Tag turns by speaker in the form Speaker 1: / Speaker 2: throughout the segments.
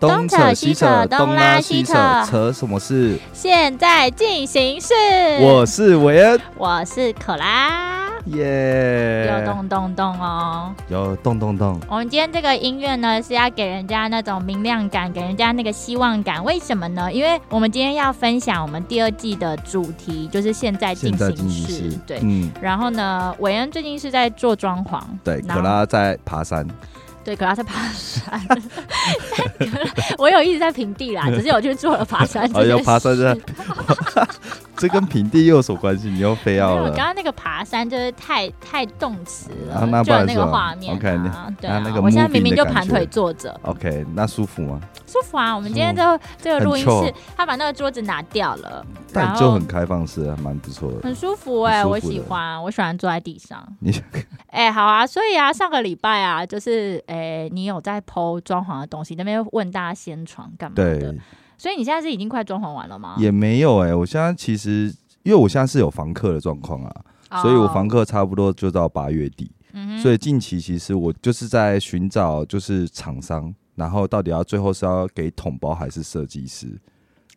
Speaker 1: 东扯西扯，东拉西扯，扯什么事？
Speaker 2: 现在进行式。
Speaker 1: 我是韦恩，
Speaker 2: 我是可拉，
Speaker 1: 耶！
Speaker 2: 有动动动哦！
Speaker 1: 有动动动！
Speaker 2: 我们今天这个音乐呢，是要给人家那种明亮感，给人家那个希望感。为什么呢？因为我们今天要分享我们第二季的主题，就是现在进
Speaker 1: 现在进
Speaker 2: 行
Speaker 1: 行
Speaker 2: 式
Speaker 1: 式。，
Speaker 2: 对。
Speaker 1: 嗯，
Speaker 2: 然后呢，韦恩最近是在做装潢，
Speaker 1: 对，
Speaker 2: 然
Speaker 1: 可
Speaker 2: 后
Speaker 1: 拉在爬 山，
Speaker 2: 对，可拉在爬山。 但可拉我有一直在平地 啦，只是有去做了爬山这
Speaker 1: 哎
Speaker 2: 件事。
Speaker 1: 呦爬山真的 这跟平地又有什么关系？你又非要
Speaker 2: 因为我
Speaker 1: 了
Speaker 2: 刚。刚那个爬山就是太太动词了，
Speaker 1: 啊那不
Speaker 2: 就有
Speaker 1: 然
Speaker 2: 那
Speaker 1: 是
Speaker 2: 个
Speaker 1: 吧
Speaker 2: 画面、啊。
Speaker 1: OK，你
Speaker 2: 对
Speaker 1: 那
Speaker 2: 啊，
Speaker 1: 那个
Speaker 2: 我现在
Speaker 1: moving
Speaker 2: 明明
Speaker 1: 的
Speaker 2: 就
Speaker 1: 感
Speaker 2: 盘腿
Speaker 1: 觉
Speaker 2: 坐着，
Speaker 1: OK，那舒服吗？
Speaker 2: 舒服啊。我们今天这这个
Speaker 1: 嗯很
Speaker 2: 录音
Speaker 1: chill
Speaker 2: 室，他把那个桌子拿掉了，然
Speaker 1: 但就
Speaker 2: 后
Speaker 1: 很开放式，还啊蛮不错的。
Speaker 2: 很舒服哎、
Speaker 1: 很舒服的
Speaker 2: 我喜欢，我喜欢坐在地上。
Speaker 1: 你
Speaker 2: 哎、好啊，所以啊，上个礼拜啊，就是哎、你有在剖装潢的东西，那边问大家掀床干嘛的
Speaker 1: 对，
Speaker 2: 所以你现在是已经快装潢完了吗？
Speaker 1: 也没有哎，我现在其实因为我现在是有房客的状况啊，所以我房
Speaker 2: 哦，
Speaker 1: 客差不多就到八月底。
Speaker 2: 嗯哼
Speaker 1: 所以近期其实我就是在寻找，就是厂商，然后到底要最后是要给统包还是设计师？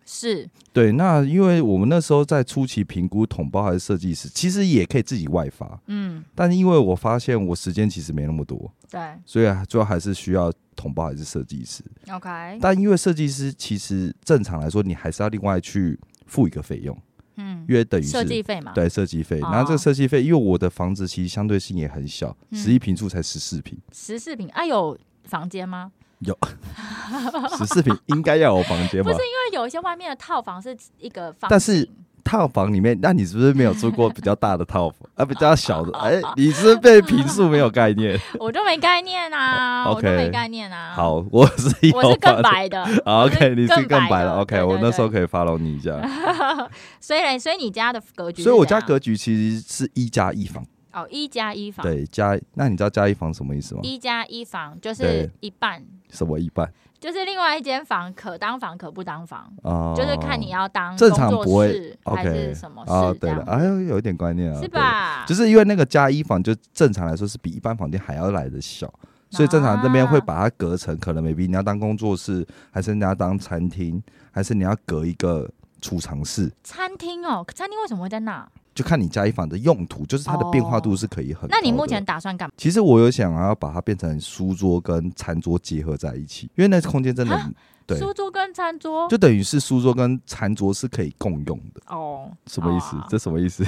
Speaker 2: 是
Speaker 1: 对，那因为我们那时候在初期评估统包还是设计师，其实也可以自己外发，
Speaker 2: 嗯，
Speaker 1: 但是因为我发现我时间其实没那么多，
Speaker 2: 对
Speaker 1: 所以最后还是需要统包还是设计师。
Speaker 2: ，OK，
Speaker 1: 但因为设计师其实正常来说，你还是要另外去付一个费用，
Speaker 2: 嗯，
Speaker 1: 约等于
Speaker 2: 设计
Speaker 1: 是。
Speaker 2: 费嘛，
Speaker 1: 对设计费，然后这
Speaker 2: 哦
Speaker 1: 个设计费，因为我的房子其实相对性也很小，
Speaker 2: 嗯
Speaker 1: 十一平数才十四平，
Speaker 2: 十四平啊，有房间吗？
Speaker 1: 十四平应该要有房间吧？
Speaker 2: 因为有一些外面的套房是一个房，
Speaker 1: 但是套房里面，那你是不是没有住过比较大的套 房，啊，比较小
Speaker 2: 哦
Speaker 1: 的？哎、你是不是对平数没有概 念？
Speaker 2: 我就没概念啊，我
Speaker 1: OK
Speaker 2: 就没概念啊。，
Speaker 1: 好，我是有
Speaker 2: 我是更
Speaker 1: 房
Speaker 2: 白的。
Speaker 1: 好
Speaker 2: 我是
Speaker 1: ，OK，你是更白
Speaker 2: 白
Speaker 1: 了
Speaker 2: 的
Speaker 1: ，OK，
Speaker 2: 对
Speaker 1: 我
Speaker 2: 对
Speaker 1: 那时候
Speaker 2: 对
Speaker 1: 可以 follow 你一下。
Speaker 2: 所以嘞，所以你家的格局是怎样，
Speaker 1: 所以我家格局其实是一加一房，
Speaker 2: 哦一加一房，
Speaker 1: 对，加，那你知道加一房什么意思吗？
Speaker 2: 一加一房就是
Speaker 1: 对
Speaker 2: 一半，
Speaker 1: 什么一半
Speaker 2: 就是另外一间房可当房可不当房，
Speaker 1: 啊？
Speaker 2: 就是看你要当
Speaker 1: 正常不
Speaker 2: 工作
Speaker 1: 会
Speaker 2: 室还
Speaker 1: OK
Speaker 2: 是什么
Speaker 1: 啊，
Speaker 2: 事这
Speaker 1: 对了，
Speaker 2: 样，
Speaker 1: 哎呦，有一点观念啊，
Speaker 2: 是
Speaker 1: 对？
Speaker 2: 吧？
Speaker 1: 就是因为那个加一房就正常来说是比一般房间还要来的小，
Speaker 2: 啊
Speaker 1: 所以正常这边会把它隔成，可能 maybe 你要当工作室，还是你要当餐厅，还是你要隔一个储藏室，
Speaker 2: 餐厅哦，餐厅为什么会在那？
Speaker 1: 就看你加一房的用途，就是它的变化度是可以很高的。
Speaker 2: 那你目前打算干嘛？
Speaker 1: 其实我有想要把它变成书桌跟餐桌结合在一起，因为那空间真的
Speaker 2: 啊
Speaker 1: 对，
Speaker 2: 书桌跟餐桌
Speaker 1: 就等于是书桌跟餐桌是可以共用的，
Speaker 2: 哦，
Speaker 1: 什么意思？
Speaker 2: 哦
Speaker 1: 这什么意思？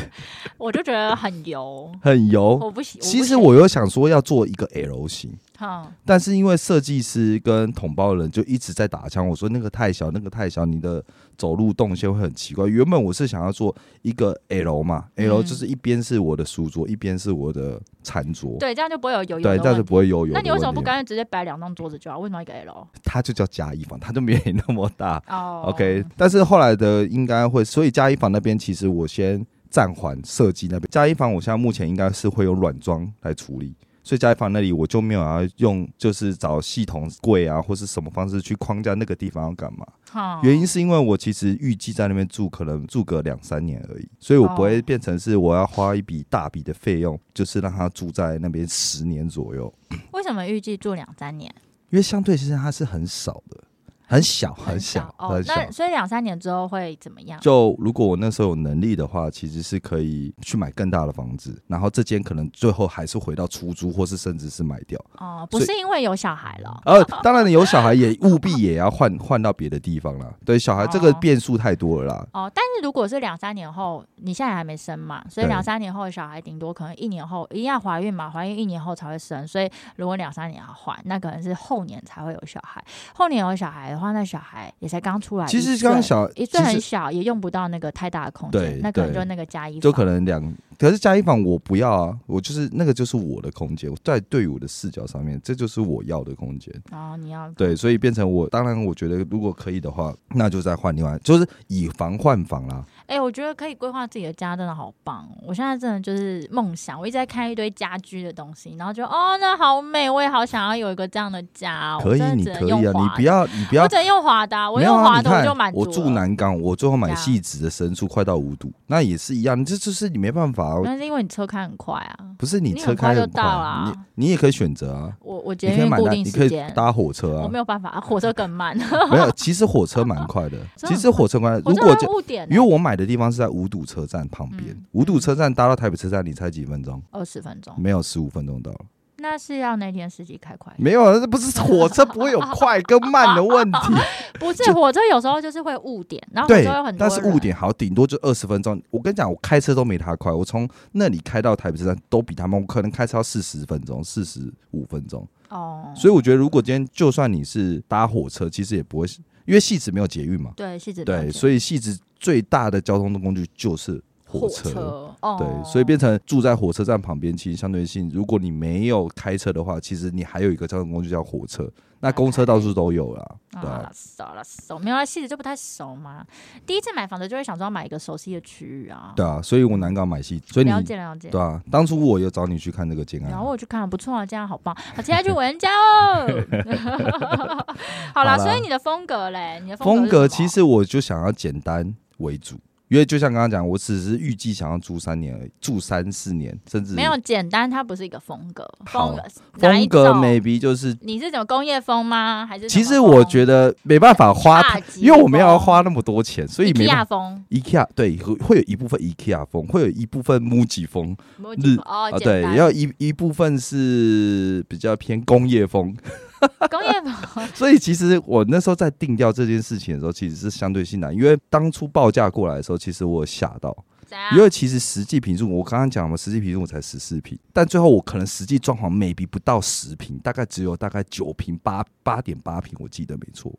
Speaker 2: 我就觉得很油，
Speaker 1: 很油。
Speaker 2: 我不喜。
Speaker 1: 哦其
Speaker 2: 不
Speaker 1: 实
Speaker 2: 行
Speaker 1: 我有想说要做一个 L 型。
Speaker 2: 哼
Speaker 1: 但是因为设计师跟统包人就一直在打枪，我说那个太小，那个太小，你的走路动线会很奇怪。原本我是想要做一个 L 嘛、
Speaker 2: 嗯
Speaker 1: l 就是一边是我的书桌，一边是我的餐桌，
Speaker 2: 对，这样就不会有油油的
Speaker 1: 对，
Speaker 2: 问
Speaker 1: 这样就
Speaker 2: 题。
Speaker 1: 不会有有。
Speaker 2: 那你为什么不？干脆直接摆两张桌子就好？为什么要一个 L？
Speaker 1: 它就叫加一房，它就没那么大。
Speaker 2: 哦
Speaker 1: OK，但是后来的应该会，所以加一房那边其实我先暂缓设计那边。加一房我现在目前应该是会有软装来处理，所以加一房那里我就没有要用，就是找系统柜啊或是什么方式去框架那个地方要干嘛。
Speaker 2: 好
Speaker 1: 原因是因为我其实预计在那边住可能住个两三年而已，所以我不会变成是我要花一笔大笔的费用，就是让他住在那边十年左右，
Speaker 2: 为什么预计住两三年？
Speaker 1: 因为相对其实它是很少的，很小很小
Speaker 2: 哦
Speaker 1: 很。小。
Speaker 2: 那所以两三年之后会怎么样？
Speaker 1: 就如果我那时候有能力的话，其实是可以去买更大的房子，然后这间可能最后还是回到出租，或是甚至是卖掉。
Speaker 2: 哦，不是因为有小孩了。
Speaker 1: 呃，当然有小孩也务必也要换 换到别的地方啦。对，小孩这个变数太多了啦。
Speaker 2: 哦，但是如果是两三年后，你现在还没生嘛，所以
Speaker 1: 对
Speaker 2: 两三年后的小孩顶多可能一年后一定要怀孕嘛，怀孕一年后才会生，所以如果两三年要换，那可能是后年才会有小孩。后年有小孩的话，那小孩也才刚出来一
Speaker 1: 其
Speaker 2: 岁，
Speaker 1: 实刚小，
Speaker 2: 啊一
Speaker 1: 其
Speaker 2: 岁很
Speaker 1: 实
Speaker 2: 小，也用不到那个太大的空间
Speaker 1: 对，
Speaker 2: 那可能
Speaker 1: 对
Speaker 2: 就那个加一，
Speaker 1: 就可能两，可是加一房我不要啊，我就是那个就是我的空间，在对于我的视角上面，这就是我要的空间。
Speaker 2: 然后你要
Speaker 1: 对，所以变成我，当然我觉得如果可以的话，那就再换另外，就是以房换房啦。
Speaker 2: 哎、我觉得可以规划自己的家真的好棒哦！我现在真的就是梦想，我一直在看一堆家居的东西，然后就哦，那好美，我也好想要有一个这样的家哦。
Speaker 1: 可以
Speaker 2: 我，真的
Speaker 1: 你
Speaker 2: 只能
Speaker 1: 可以
Speaker 2: 用
Speaker 1: 啊，
Speaker 2: 滑
Speaker 1: 你
Speaker 2: 的
Speaker 1: 不要，你不要
Speaker 2: 我只能用滑的啊，我
Speaker 1: 没有
Speaker 2: 用
Speaker 1: 啊，
Speaker 2: 滑
Speaker 1: 你
Speaker 2: 的我
Speaker 1: 看
Speaker 2: 就满足
Speaker 1: 我
Speaker 2: 了
Speaker 1: 住，南港，我最后买
Speaker 2: 对啊
Speaker 1: 细直的神速，快到五堵，那也是一样，这就是你没办法啊，
Speaker 2: 那是因为你车开很快啊。
Speaker 1: 不是你
Speaker 2: 嗯你
Speaker 1: 车
Speaker 2: 很快
Speaker 1: 开
Speaker 2: 就
Speaker 1: 很快
Speaker 2: 到
Speaker 1: 啊，
Speaker 2: 啦
Speaker 1: 你你也可以选择啊，
Speaker 2: 我我
Speaker 1: 你
Speaker 2: 捷
Speaker 1: 可以
Speaker 2: 运
Speaker 1: 买
Speaker 2: 固
Speaker 1: 那，
Speaker 2: 定
Speaker 1: 你可
Speaker 2: 时
Speaker 1: 以
Speaker 2: 间，
Speaker 1: 搭火车
Speaker 2: 我
Speaker 1: 啊
Speaker 2: 没，有办法， 火车更慢。
Speaker 1: 没有，其实火车蛮快的，
Speaker 2: 真的
Speaker 1: 其实火车蛮快的，
Speaker 2: 火
Speaker 1: 如
Speaker 2: 车
Speaker 1: 果就
Speaker 2: 会误点欸，
Speaker 1: 因为我买的地方是在五堵车站旁边
Speaker 2: 嗯，哦
Speaker 1: 五堵车站搭到台北车站，你猜几分钟？
Speaker 2: 二十分钟，
Speaker 1: 没有十五分钟到了，
Speaker 2: 那是要那天司机开快一点，
Speaker 1: 没有啊，这不是火车不会有快跟慢的问题，啊
Speaker 2: 不是
Speaker 1: 就
Speaker 2: 火车有时候就是会误点，然后火
Speaker 1: 对
Speaker 2: 车有很，多
Speaker 1: 但是误
Speaker 2: 人
Speaker 1: 点好，顶多就二十分钟。我跟你讲，我开车都没他快，我从那里开到台北车站都比他们，我可能开车要四十分钟、四十五分钟。
Speaker 2: 哦，
Speaker 1: 所以我觉得，如果今天就算你是搭火车，其实也不会，因为戏子没有捷运嘛，
Speaker 2: 对是指
Speaker 1: 对，所以戏子最大的交通工具就是
Speaker 2: 火
Speaker 1: 火车。
Speaker 2: 哦，
Speaker 1: 对，所以变成住在火车站旁边，其实相对性，如果你没有开车的话，其实你还有一个交通工具叫火车。那公车到处都有啦，对啊、
Speaker 2: 啊，熟了熟，没有啊，戏子就不太熟嘛。第一次买房子就会想说要买一个熟悉的区域啊，
Speaker 1: 对啊，所以我难搞买戏，所以你
Speaker 2: 了解了解。
Speaker 1: 对嗯啊，当初我有找你去看那个建
Speaker 2: 然后
Speaker 1: 安，
Speaker 2: 我去看，不错啊，这样好棒，好期待去我人家 哦。好啦，
Speaker 1: 好啦
Speaker 2: 所以你的风格嘞，你的格
Speaker 1: 风
Speaker 2: 是什么
Speaker 1: 格其实我就想要简单为主，因为就像刚刚讲，我只是预计想要住三年而已，住三四年，甚至
Speaker 2: 没有简单，它不是一个风格，
Speaker 1: 好
Speaker 2: 风格哪一
Speaker 1: 风格
Speaker 2: 种
Speaker 1: maybe 就是，
Speaker 2: 你是怎么工业风吗？还是
Speaker 1: 其实我觉得没办法花
Speaker 2: 大
Speaker 1: 太，
Speaker 2: 吉
Speaker 1: 因为我们要
Speaker 2: 风
Speaker 1: 花那么多钱，所以没
Speaker 2: 米
Speaker 1: 办
Speaker 2: 亚
Speaker 1: 法。
Speaker 2: 风
Speaker 1: IKEA 对会会有一部分 IKEA 风，会有一部分 MUJI 风
Speaker 2: 日哦，
Speaker 1: 啊，
Speaker 2: 简
Speaker 1: 对，
Speaker 2: 单
Speaker 1: 要一一部分是比较偏工业风，
Speaker 2: 工业风
Speaker 1: 所以其实我那时候在定调这件事情的时候，其实是相对性难，因为当初报价过来的时候，其实我有吓到，
Speaker 2: 怎样
Speaker 1: 因？为其实实际平数我刚刚讲嘛，实际平数我才十四平，但最后我可能实际装潢 maybe 不到十平，大概只有大概九平八八点八平，我记得没错。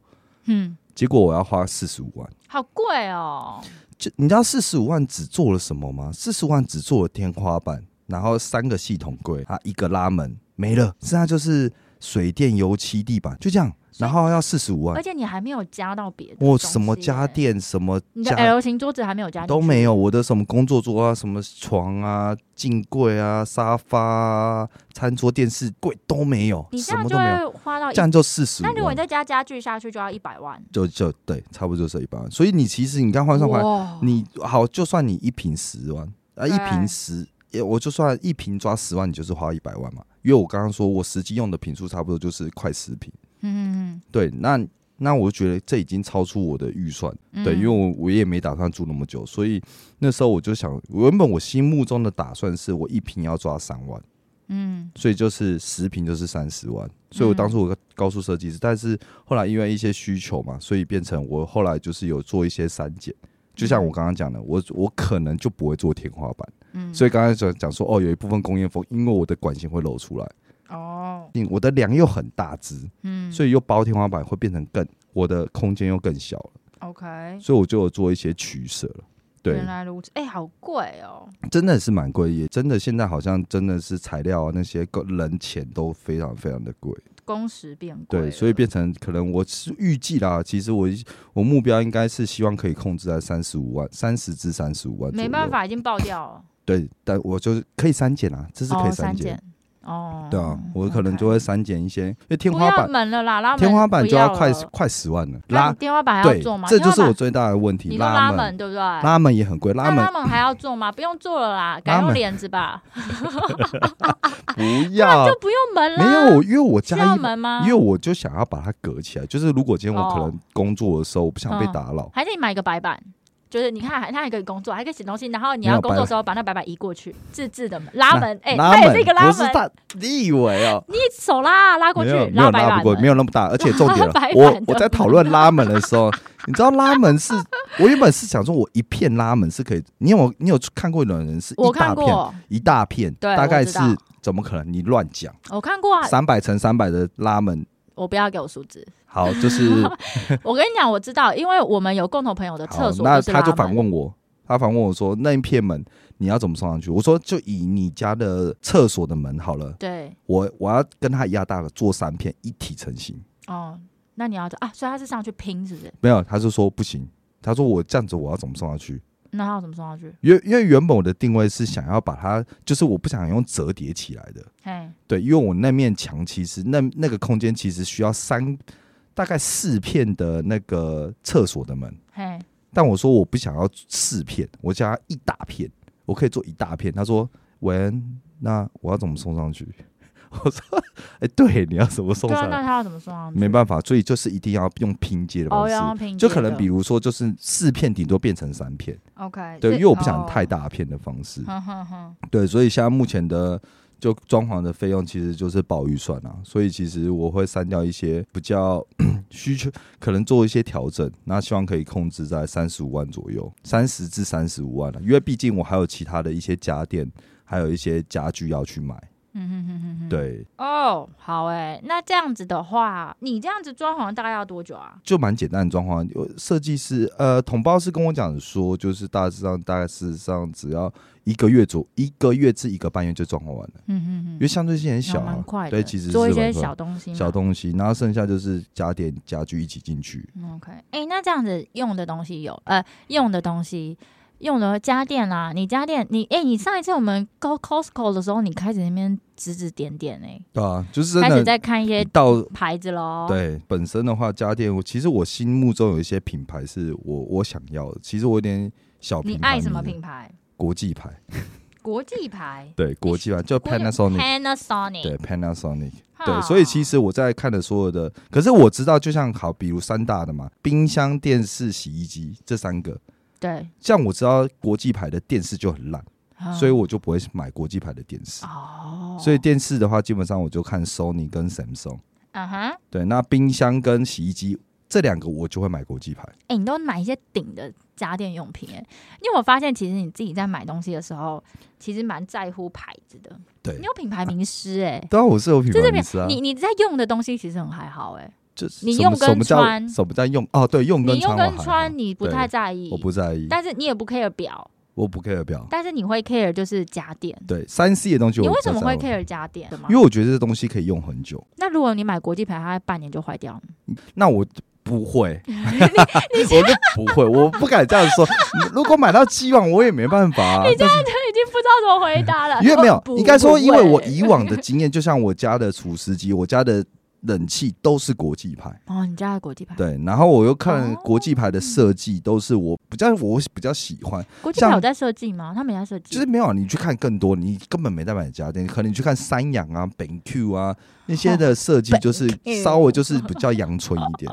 Speaker 2: 嗯，
Speaker 1: 结果我要花四十五万，
Speaker 2: 好贵哦，
Speaker 1: 就你知道四十五万只做了什么吗？四十万只做了天花板，然后三个系统柜啊，一个拉门没了，剩下就是水电、油漆、地板，就这样，然后要四十五万
Speaker 2: 而。且你还没有加到别的东西耶，
Speaker 1: 我什么家电、什么
Speaker 2: 你的
Speaker 1: 家
Speaker 2: L 型桌子还没有加进去
Speaker 1: 都没有，我的什么工作桌啊、什么床啊、镜柜啊、沙发啊、餐桌、电视柜都没有，
Speaker 2: 你这
Speaker 1: 什
Speaker 2: 样
Speaker 1: 么
Speaker 2: 就
Speaker 1: 都没有，
Speaker 2: 会花到一
Speaker 1: 这。样就四十
Speaker 2: 那如
Speaker 1: 五
Speaker 2: 果
Speaker 1: 万，
Speaker 2: 你再加家具下去，就要一百万。
Speaker 1: 就就对，差不多就是一百万。所以你其实你刚换算回来，
Speaker 2: 哇
Speaker 1: 你好，就算你一瓶十万，啊，
Speaker 2: 对
Speaker 1: 一瓶十，也我就算一瓶抓十万，你就是花一百万嘛。因为我刚刚说我实际用的瓶数差不多就是快十瓶，
Speaker 2: 嗯
Speaker 1: 对，那那我就觉得这已经超出我的预算。
Speaker 2: 嗯
Speaker 1: 对，因为我我也没打算住那么久，所以那时候我就想，原本我心目中的打算是我一瓶要抓三万，
Speaker 2: 嗯
Speaker 1: 所以就是十瓶就是三十万，所以我当初我告诉设计师，但是后来因为一些需求嘛，所以变成我后来就是有做一些删减。就像我刚刚讲的，我我可能就不会做天花板，
Speaker 2: 嗯，
Speaker 1: 所以刚才讲讲说，哦，有一部分工业风，因为我的管型会露出来，
Speaker 2: 哦
Speaker 1: 因为我的梁又很大只，
Speaker 2: 嗯，
Speaker 1: 所以又包天花板会变成更我的空间又更小了，
Speaker 2: OK，
Speaker 1: 所以我就有做一些取舍了。对
Speaker 2: 原，来如此，哎，好贵哦，
Speaker 1: 真的是蛮贵，也真的现在好像真的是材料啊那些个人钱都非常非常的贵，
Speaker 2: 工时变贵了，
Speaker 1: 对，所以变成可能我是预计啦，其实我我目标应该是希望可以控制在三十五万、三十至三十五万，
Speaker 2: 没办，法，已经爆掉了，
Speaker 1: 对，但我就是可以删减啊，这是可
Speaker 2: 哦
Speaker 1: 以删减，
Speaker 2: 减哦，
Speaker 1: 对啊，我可能
Speaker 2: OK
Speaker 1: 就会删减一些，因为天
Speaker 2: 不
Speaker 1: 花
Speaker 2: 要
Speaker 1: 板
Speaker 2: 门了啦，拉门
Speaker 1: 天花板
Speaker 2: 不
Speaker 1: 就要
Speaker 2: 了
Speaker 1: 快
Speaker 2: 了
Speaker 1: 快十万了，
Speaker 2: 那你
Speaker 1: 拉
Speaker 2: 天花板还要
Speaker 1: 对
Speaker 2: 做吗？，
Speaker 1: 这
Speaker 2: 天花
Speaker 1: 就是我
Speaker 2: 板
Speaker 1: 最大的问
Speaker 2: 你
Speaker 1: 题，
Speaker 2: 说拉
Speaker 1: 门
Speaker 2: 对不对？拉
Speaker 1: 拉门也很贵，拉门
Speaker 2: 拉门还要做吗？不用做了啦，改
Speaker 1: 拉
Speaker 2: 用
Speaker 1: 门
Speaker 2: 帘子吧，
Speaker 1: 不要
Speaker 2: 就不用门啦。
Speaker 1: 没有，我因为我
Speaker 2: 需
Speaker 1: 家
Speaker 2: 要
Speaker 1: 一
Speaker 2: 门吗？
Speaker 1: 因为我就想要把它隔起来，就是如果今天我
Speaker 2: 哦
Speaker 1: 可能工作的时候，我不想被打扰，
Speaker 2: 还是你买一个白板。就是你看，还它还可以工作，还可以写东西，然后你
Speaker 1: 没
Speaker 2: 要
Speaker 1: 有
Speaker 2: 工作
Speaker 1: 白
Speaker 2: 的时候把那白板移过去，自制的门拉门，哎，
Speaker 1: 拉
Speaker 2: 它也是一个拉
Speaker 1: 不是
Speaker 2: 门，
Speaker 1: 大，你以为哦？
Speaker 2: 你手拉拉过
Speaker 1: 没
Speaker 2: 去
Speaker 1: 有，没有
Speaker 2: 白
Speaker 1: 拉
Speaker 2: 板
Speaker 1: 不过，没有
Speaker 2: 有，
Speaker 1: 那么 大，而且重点了
Speaker 2: 白，板
Speaker 1: 我
Speaker 2: 的
Speaker 1: 我在讨论拉门的时候，你知道拉门是， 我原本是想说我一片拉门是可以，你有你有看过有人是
Speaker 2: 我
Speaker 1: 一
Speaker 2: 看
Speaker 1: 大片
Speaker 2: 过，啊
Speaker 1: 一大片，
Speaker 2: 对
Speaker 1: 大概是
Speaker 2: 我知道
Speaker 1: 怎么可能？你乱讲，
Speaker 2: 我看过啊，
Speaker 1: 三百乘三百的拉门，
Speaker 2: 我不要给我数字，
Speaker 1: 好，就是
Speaker 2: 我跟你讲，我知道，因为我们有共同朋友的
Speaker 1: 好
Speaker 2: 厕，所
Speaker 1: 那
Speaker 2: 是
Speaker 1: 他
Speaker 2: 拉
Speaker 1: 就反
Speaker 2: 门，
Speaker 1: 问我，他反问我说：“那一片门你要怎么送上去？”我说：“就以你家的厕所的门好了，
Speaker 2: 对，
Speaker 1: 我我要跟它一样大的做三片，一体成型。
Speaker 2: 哦，那你要啊，所以他是上去拼是不是？”
Speaker 1: 没有，他就说不行。他说：“我这样子我要怎么送上去？
Speaker 2: 那他要怎么送上去？
Speaker 1: 因为因为原本我的定位是想要把它，就是我不想用折叠起来的，
Speaker 2: 嘿，
Speaker 1: 对，因为我那面墙其实那那个空间其实需要三大概四片的那个厕所的门，
Speaker 2: 嘿，
Speaker 1: 但我说我不想要四片，我想要一大片，我可以做一大片。他说：“文，那我要怎么送上去？” 我说：“哎、对，你要怎么送
Speaker 2: 对啊，
Speaker 1: 上
Speaker 2: 那
Speaker 1: 来？
Speaker 2: 他要怎么送上去？
Speaker 1: 没办法，所以就是一定要用拼接的方
Speaker 2: 哦，
Speaker 1: 式，
Speaker 2: 要用拼接的，
Speaker 1: 就可能比如说就是四片顶多变成三片，
Speaker 2: OK，
Speaker 1: 对，
Speaker 2: 所
Speaker 1: 因
Speaker 2: 以
Speaker 1: 为我不想太。
Speaker 2: 哦
Speaker 1: 大片的方式，
Speaker 2: 哼哼哼，
Speaker 1: 对，所以现在目前的就装潢的费用其实就是报预算啊，所以其实我会删掉一些比较 需求，可能做一些调整，那希望可以控制在三十五万左右，三十至三十五万了、啊因为毕竟我还有其他的一些家电，还有一些家具要去买，
Speaker 2: 嗯哼哼哼哼，
Speaker 1: 对，
Speaker 2: 哦，好哎、那这样子的话，你这样子装潢大概要多久啊？
Speaker 1: 就蛮简单的装潢。有设计师呃，统包是跟我讲说，就是大致上大概事实上只要一个月左一个月至一个半月就装潢完了，
Speaker 2: 嗯哼哼
Speaker 1: 因为相对性很小、
Speaker 2: 那蛮
Speaker 1: 啊
Speaker 2: 快，的，
Speaker 1: 对，其实是
Speaker 2: 做一
Speaker 1: 蛮
Speaker 2: 些
Speaker 1: 快的
Speaker 2: 小东西嘛，
Speaker 1: 小东西，然后剩下就是家电家具一起进去。
Speaker 2: 嗯 OK，哎、那这样子用的东西有呃，用的东西用的家电啦、你家电你哎、你上一次我们 go Costco 的时候，你开始那边指指点点哎、
Speaker 1: 对啊，就是真
Speaker 2: 开始
Speaker 1: 的
Speaker 2: 在哦看一些
Speaker 1: 到
Speaker 2: 牌子喽。，
Speaker 1: 对本身的话，家电我其实我心目中有一些品牌是我我想要的，其实我有点小
Speaker 2: 你
Speaker 1: 品牌迷，
Speaker 2: 爱什么品牌？
Speaker 1: 国际牌，
Speaker 2: 国际牌
Speaker 1: 对国际牌叫 Panasonic，
Speaker 2: Panasonic，
Speaker 1: 对 Panasonic，
Speaker 2: 哈
Speaker 1: 对，所以其实我在看的所有的，可是我知道，就像好，比如三大的嘛，冰箱、电视、洗衣机这三个，
Speaker 2: 对，
Speaker 1: 像我知道国际牌的电视就很烂，
Speaker 2: 嗯
Speaker 1: 所以我就不会买国际牌的电视。
Speaker 2: 哦，
Speaker 1: 所以电视的话，基本上我就看 Sony 跟 Samsung。
Speaker 2: 嗯哼，哎、
Speaker 1: 对，那冰箱跟洗衣机这两个我就会买国际牌。
Speaker 2: 哎你都买一些顶的家电用品哎、因为我发现其实你自己在买东西的时候，其实蛮在乎牌子的，
Speaker 1: 对
Speaker 2: 你，有品牌名师哎、
Speaker 1: 当然我是有品
Speaker 2: 这
Speaker 1: 牌
Speaker 2: 是
Speaker 1: 名
Speaker 2: 品
Speaker 1: 词啊，
Speaker 2: 你你在用的东西其实很还好哎、
Speaker 1: 就是
Speaker 2: 你
Speaker 1: 什
Speaker 2: 用
Speaker 1: 么
Speaker 2: 跟
Speaker 1: 什么叫
Speaker 2: 穿
Speaker 1: 什么叫用哦，对，用跟
Speaker 2: 你用
Speaker 1: 穿
Speaker 2: 跟
Speaker 1: 我还好
Speaker 2: 穿你不太在意，
Speaker 1: 我不在意，
Speaker 2: 但是你也不 care 表，
Speaker 1: 我不 care 表。
Speaker 2: 但是你会 care 就是家电。
Speaker 1: 对，三 C 的东西
Speaker 2: 你
Speaker 1: 我
Speaker 2: 为
Speaker 1: 比
Speaker 2: 什
Speaker 1: 较
Speaker 2: 么
Speaker 1: 在
Speaker 2: 会
Speaker 1: 乎
Speaker 2: care 家电？
Speaker 1: 因为我觉得这东西可以用很久。
Speaker 2: 那如果你买国际牌，它半年就坏掉了。
Speaker 1: 那我不 会，我就不会，我不敢这样说。如果买到希望，我也没办法、 啊。但是
Speaker 2: 已经不知道怎么回答了
Speaker 1: 因为没有
Speaker 2: 我， 不
Speaker 1: 应该说，因为我
Speaker 2: 会
Speaker 1: 以往的经验，就像我家的厨师机，我家的冷气都是国际 牌，
Speaker 2: 哦，你家的国际牌，
Speaker 1: 对。然后我又看
Speaker 2: 哦
Speaker 1: 国际牌的设计，都是我比较我比较喜欢，
Speaker 2: 国际牌
Speaker 1: 像
Speaker 2: 有在设计吗？他们也在设计，
Speaker 1: 就是没有你去看更多，你根本没在买家电，可能你去看三洋啊、本 Q 啊那些的设计，就是
Speaker 2: 哦本 Q
Speaker 1: 稍微就是比较阳春一点。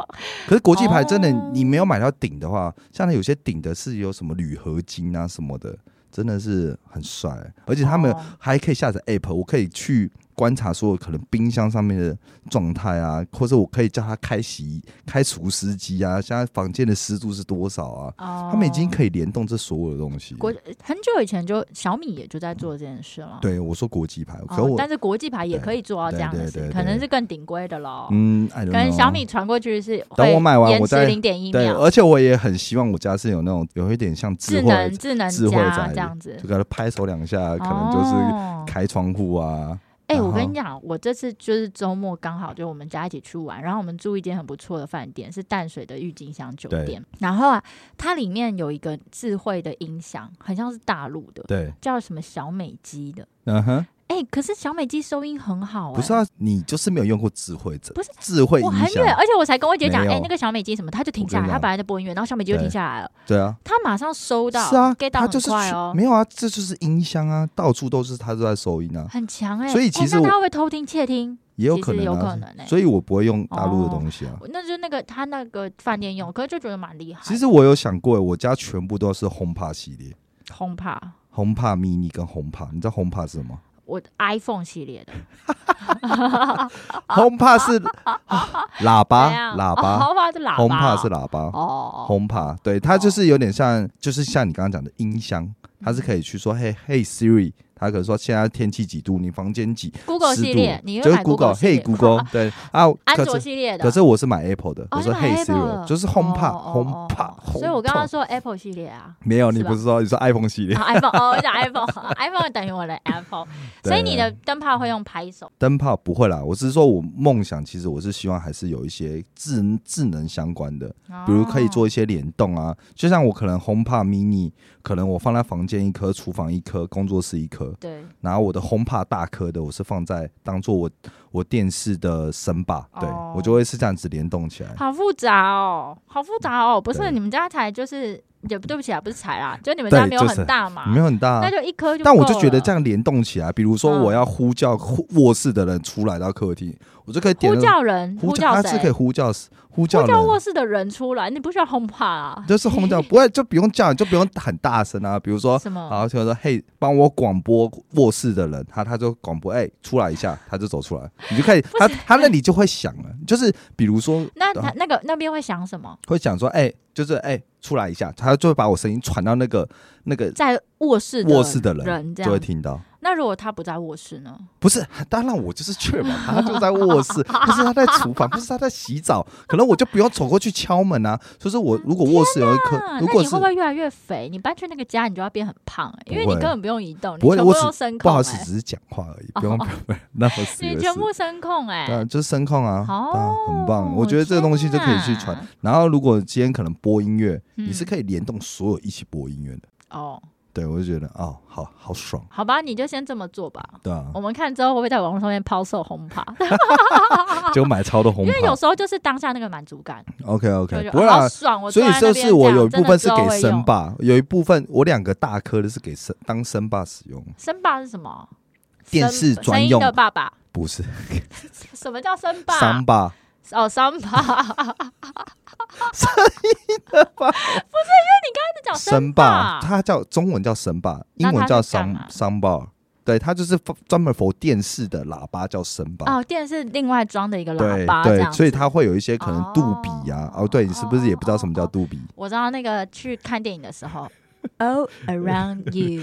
Speaker 1: 可是国际牌真的
Speaker 2: 哦，
Speaker 1: 你没有买到顶的话，像有些顶的是有什么铝合金啊什么的，真的是很帅，而且他们
Speaker 2: 哦
Speaker 1: 还可以下载 App，我可以去观察所有可能冰箱上面的状态啊，或者我可以叫他开洗衣、开除湿机啊，现在房间的湿度是多少啊？
Speaker 2: 哦
Speaker 1: 他们已经可以联动这所有的东西。
Speaker 2: 国很久以前就小米也就在做这件事了。。
Speaker 1: 对，我说国际牌，可
Speaker 2: 哦
Speaker 1: 我、，
Speaker 2: 但是国际牌也可以做到这样的
Speaker 1: 对对
Speaker 2: 事，
Speaker 1: 对
Speaker 2: 可能
Speaker 1: 对
Speaker 2: 是更顶规的喽。
Speaker 1: 嗯，可
Speaker 2: 可能小米传过去是
Speaker 1: 等
Speaker 2: 会
Speaker 1: 我买完
Speaker 2: 延
Speaker 1: 我
Speaker 2: 迟
Speaker 1: 再
Speaker 2: 零点一
Speaker 1: 对，
Speaker 2: 秒，
Speaker 1: 而且我也很希望我家是有那种有一点像智
Speaker 2: 智
Speaker 1: 慧
Speaker 2: 能
Speaker 1: 的，
Speaker 2: 智能
Speaker 1: 智慧
Speaker 2: 家
Speaker 1: 宅
Speaker 2: 这样子
Speaker 1: 就，给他拍手两下，可能就是
Speaker 2: 哦
Speaker 1: 开窗户啊，
Speaker 2: 哎、
Speaker 1: 然
Speaker 2: 我跟
Speaker 1: 后
Speaker 2: 你讲，我这次就是周末刚好就我们家一起去玩，然后我们住一间很不错的饭店，是淡水的郁金香酒
Speaker 1: 对
Speaker 2: 店。然后啊，它里面有一个智慧的音响，很像是大陆的，
Speaker 1: 对，
Speaker 2: 叫什么小美机的。
Speaker 1: 嗯哼，
Speaker 2: 哎、可是小美机收音很好、哎，
Speaker 1: 不是啊，你就是没有用过智慧者，
Speaker 2: 不是
Speaker 1: 智慧
Speaker 2: 我
Speaker 1: 音
Speaker 2: 很
Speaker 1: 响
Speaker 2: 远，，而且我才跟我姐讲，
Speaker 1: 没
Speaker 2: 哎、
Speaker 1: 有
Speaker 2: 那个小美机什么，她就停
Speaker 1: 我
Speaker 2: 下
Speaker 1: 跟
Speaker 2: 来，
Speaker 1: 你
Speaker 2: 她
Speaker 1: 讲
Speaker 2: 本来就播音乐，然后小美机就停
Speaker 1: 对
Speaker 2: 下来了，
Speaker 1: 对啊，
Speaker 2: 她马上收到，
Speaker 1: 是啊
Speaker 2: ，get，到
Speaker 1: 它
Speaker 2: 很
Speaker 1: 就是
Speaker 2: 快
Speaker 1: 去
Speaker 2: 哦，
Speaker 1: 没有啊，这就是音箱啊，到处都是它都在收音啊，
Speaker 2: 很强哎、
Speaker 1: 所以
Speaker 2: 哎
Speaker 1: 其实
Speaker 2: 那
Speaker 1: 我
Speaker 2: 她会不会偷听窃听？
Speaker 1: 也有
Speaker 2: 其
Speaker 1: 可
Speaker 2: 实
Speaker 1: 能、啊，
Speaker 2: 有可能欸
Speaker 1: 所以我不会用大陆的
Speaker 2: 哦
Speaker 1: 东西啊。
Speaker 2: 那就那个他那个饭店用，可是就觉得蛮厉害的。
Speaker 1: 其实我有想过，我家全部都是 HomePod 系列
Speaker 2: 轰趴，
Speaker 1: ，HomePod mini 跟 HomePod，你知道 HomePod 是什么吗？
Speaker 2: 我 iPhone 系列的
Speaker 1: ，HomePod 是喇
Speaker 2: 啊怎
Speaker 1: 叭，
Speaker 2: 样
Speaker 1: 喇
Speaker 2: 哦
Speaker 1: 叭
Speaker 2: 轰趴是
Speaker 1: ，HomePod 是
Speaker 2: 喇叭哦
Speaker 1: 喇叭
Speaker 2: 哦，
Speaker 1: ，HomePod 对，它就是有点像，就是像你刚刚讲的音箱，它是可以去说，嘿，嘿 Siri，它可能说现在天气几度，你房间几
Speaker 2: Google
Speaker 1: 湿
Speaker 2: 系
Speaker 1: 度
Speaker 2: 列，你
Speaker 1: 就
Speaker 2: 又
Speaker 1: 是
Speaker 2: 买
Speaker 1: Google，
Speaker 2: 系列
Speaker 1: 嘿 Google，对 啊，
Speaker 2: 安
Speaker 1: 可
Speaker 2: 卓
Speaker 1: 是
Speaker 2: 系列的，
Speaker 1: 可是我是买 Apple 的，
Speaker 2: 哦
Speaker 1: 我
Speaker 2: 你
Speaker 1: 说
Speaker 2: 买
Speaker 1: 嘿
Speaker 2: Apple 的
Speaker 1: Siri，就是
Speaker 2: 哦
Speaker 1: HomePod
Speaker 2: 哦哦
Speaker 1: HomePod，
Speaker 2: 哦所以我刚刚
Speaker 1: HomePod
Speaker 2: 说 Apple 系列啊。
Speaker 1: 没有，
Speaker 2: 是
Speaker 1: 你
Speaker 2: 吧
Speaker 1: 不是说你说 iPhone 系列
Speaker 2: 啊 iPhone 哦，我讲 iPhone，iPhone 等于我 的 Apple，
Speaker 1: 对
Speaker 2: 所以你的灯泡会用拍手
Speaker 1: 灯泡不会啦，我是说我梦想，其实我是希望还是有一些智智能相关的。
Speaker 2: 哦
Speaker 1: 比如可以做一些联动啊，就像我可能 HomePod Mini，可能我放在房间一颗、厨房一颗、工作室一颗，的，
Speaker 2: 对，
Speaker 1: 然后我的轰趴大颗的，我是放在当做我我电视的声霸，对
Speaker 2: 哦
Speaker 1: 我就会是这样子联动起来。
Speaker 2: 好复杂哦，好复杂哦，不是
Speaker 1: 对
Speaker 2: 你们家才就是也不对不起啊，不是才啦，就你们
Speaker 1: 对
Speaker 2: 家没有
Speaker 1: 就是
Speaker 2: 很大嘛，
Speaker 1: 没有很大、啊
Speaker 2: 那，就一颗就
Speaker 1: 但我
Speaker 2: 够
Speaker 1: 就觉得
Speaker 2: 了
Speaker 1: 这样联动起来，比如说
Speaker 2: 嗯
Speaker 1: 我要呼叫呼卧室的人出来到客厅，我就可以点
Speaker 2: 呼
Speaker 1: 那个
Speaker 2: 叫人，
Speaker 1: 呼
Speaker 2: 叫
Speaker 1: 叫，啊它
Speaker 2: 谁？
Speaker 1: 是可以呼叫呼叫
Speaker 2: 呼叫
Speaker 1: 人。
Speaker 2: 卧室的人出来，你不需要轰趴啊？
Speaker 1: 就是轰叫，不会就不用叫，就不用很大声啊。比如说，
Speaker 2: 什么？
Speaker 1: 然后就说：“嘿，帮我广播卧室的人。”他他就广播：“哎、出来一下。”他就走出来，你就 可以，他他那里就会响了。就是比如说，
Speaker 2: 那他那个那边会想什么？
Speaker 1: 会想说：“哎、就是哎、出来一下。”他就会把我声音传到那个那个
Speaker 2: 在卧室的
Speaker 1: 卧室的人，
Speaker 2: 人这
Speaker 1: 就会
Speaker 2: 样。
Speaker 1: 听到。
Speaker 2: 那如果他不在卧室呢？
Speaker 1: 不是，当然我就是确保他就在卧室，不是他在厨房，不是他在洗澡，可能我就不用走过去敲门啊。所以说我如果卧室有一颗，
Speaker 2: 啊，
Speaker 1: 如
Speaker 2: 那
Speaker 1: 果
Speaker 2: 你
Speaker 1: 是
Speaker 2: 会不会越来越肥？你搬去那个家，你就要变很胖、欸，因为
Speaker 1: 不
Speaker 2: 你
Speaker 1: 会
Speaker 2: 根本不用移动，
Speaker 1: 不
Speaker 2: 你
Speaker 1: 会
Speaker 2: 全部
Speaker 1: 我只
Speaker 2: 都声控、欸，哦
Speaker 1: 不好意思，只是讲话而已，不用不用那么死。
Speaker 2: 你全部声控、欸，
Speaker 1: 对啊，就是声控啊，
Speaker 2: 哦
Speaker 1: 对啊，很棒。我觉得这个东西就可以去传
Speaker 2: 天。
Speaker 1: 然后，如果今天可能播音乐，
Speaker 2: 嗯
Speaker 1: 你是可以联动所有一起播音乐的。
Speaker 2: 哦，
Speaker 1: 对，我就觉得哦，好好爽，
Speaker 2: 好吧，你就先这么做吧。
Speaker 1: 对啊，
Speaker 2: 我们看之后会不会在网络上面抛售轰 趴，
Speaker 1: 就买超多红
Speaker 2: 因为有
Speaker 1: 袍。
Speaker 2: 时候就是当下那个满足感，
Speaker 1: OK
Speaker 2: 就
Speaker 1: OK，
Speaker 2: 觉
Speaker 1: 不
Speaker 2: 得
Speaker 1: 会
Speaker 2: 哦好
Speaker 1: 啦。
Speaker 2: 爽。我
Speaker 1: 所以
Speaker 2: 坐在那
Speaker 1: 就
Speaker 2: 边
Speaker 1: 是我
Speaker 2: 这样
Speaker 1: 有一部分是给
Speaker 2: 真的之后
Speaker 1: 声
Speaker 2: 会用
Speaker 1: 霸，有一部分我两个大颗的是给声当声霸使用，
Speaker 2: 声霸是什么？
Speaker 1: 电视
Speaker 2: 声
Speaker 1: 专
Speaker 2: 声音
Speaker 1: 用
Speaker 2: 的爸爸，
Speaker 1: 不是
Speaker 2: 什么叫声霸？
Speaker 1: 桑巴。
Speaker 2: 哦，桑巴， 声音的吧？不是，因为你刚才在讲
Speaker 1: 声
Speaker 2: 霸
Speaker 1: 霸，，它叫中文叫声霸，英
Speaker 2: 那
Speaker 1: 文
Speaker 2: 它
Speaker 1: 叫
Speaker 2: 是干
Speaker 1: 桑
Speaker 2: 嘛
Speaker 1: 桑巴。对，它就是 for- 专门佛电视的喇叭叫声霸。
Speaker 2: 哦，电视另外装的一个喇
Speaker 1: 对
Speaker 2: 叭，这
Speaker 1: 对
Speaker 2: 样，子
Speaker 1: 所以它会有一些可能杜比呀、啊，
Speaker 2: 哦
Speaker 1: 哦，对你是不是也不知道什么叫
Speaker 2: 哦哦
Speaker 1: 杜比？
Speaker 2: 我知道那个去看电影的 时候，All around you，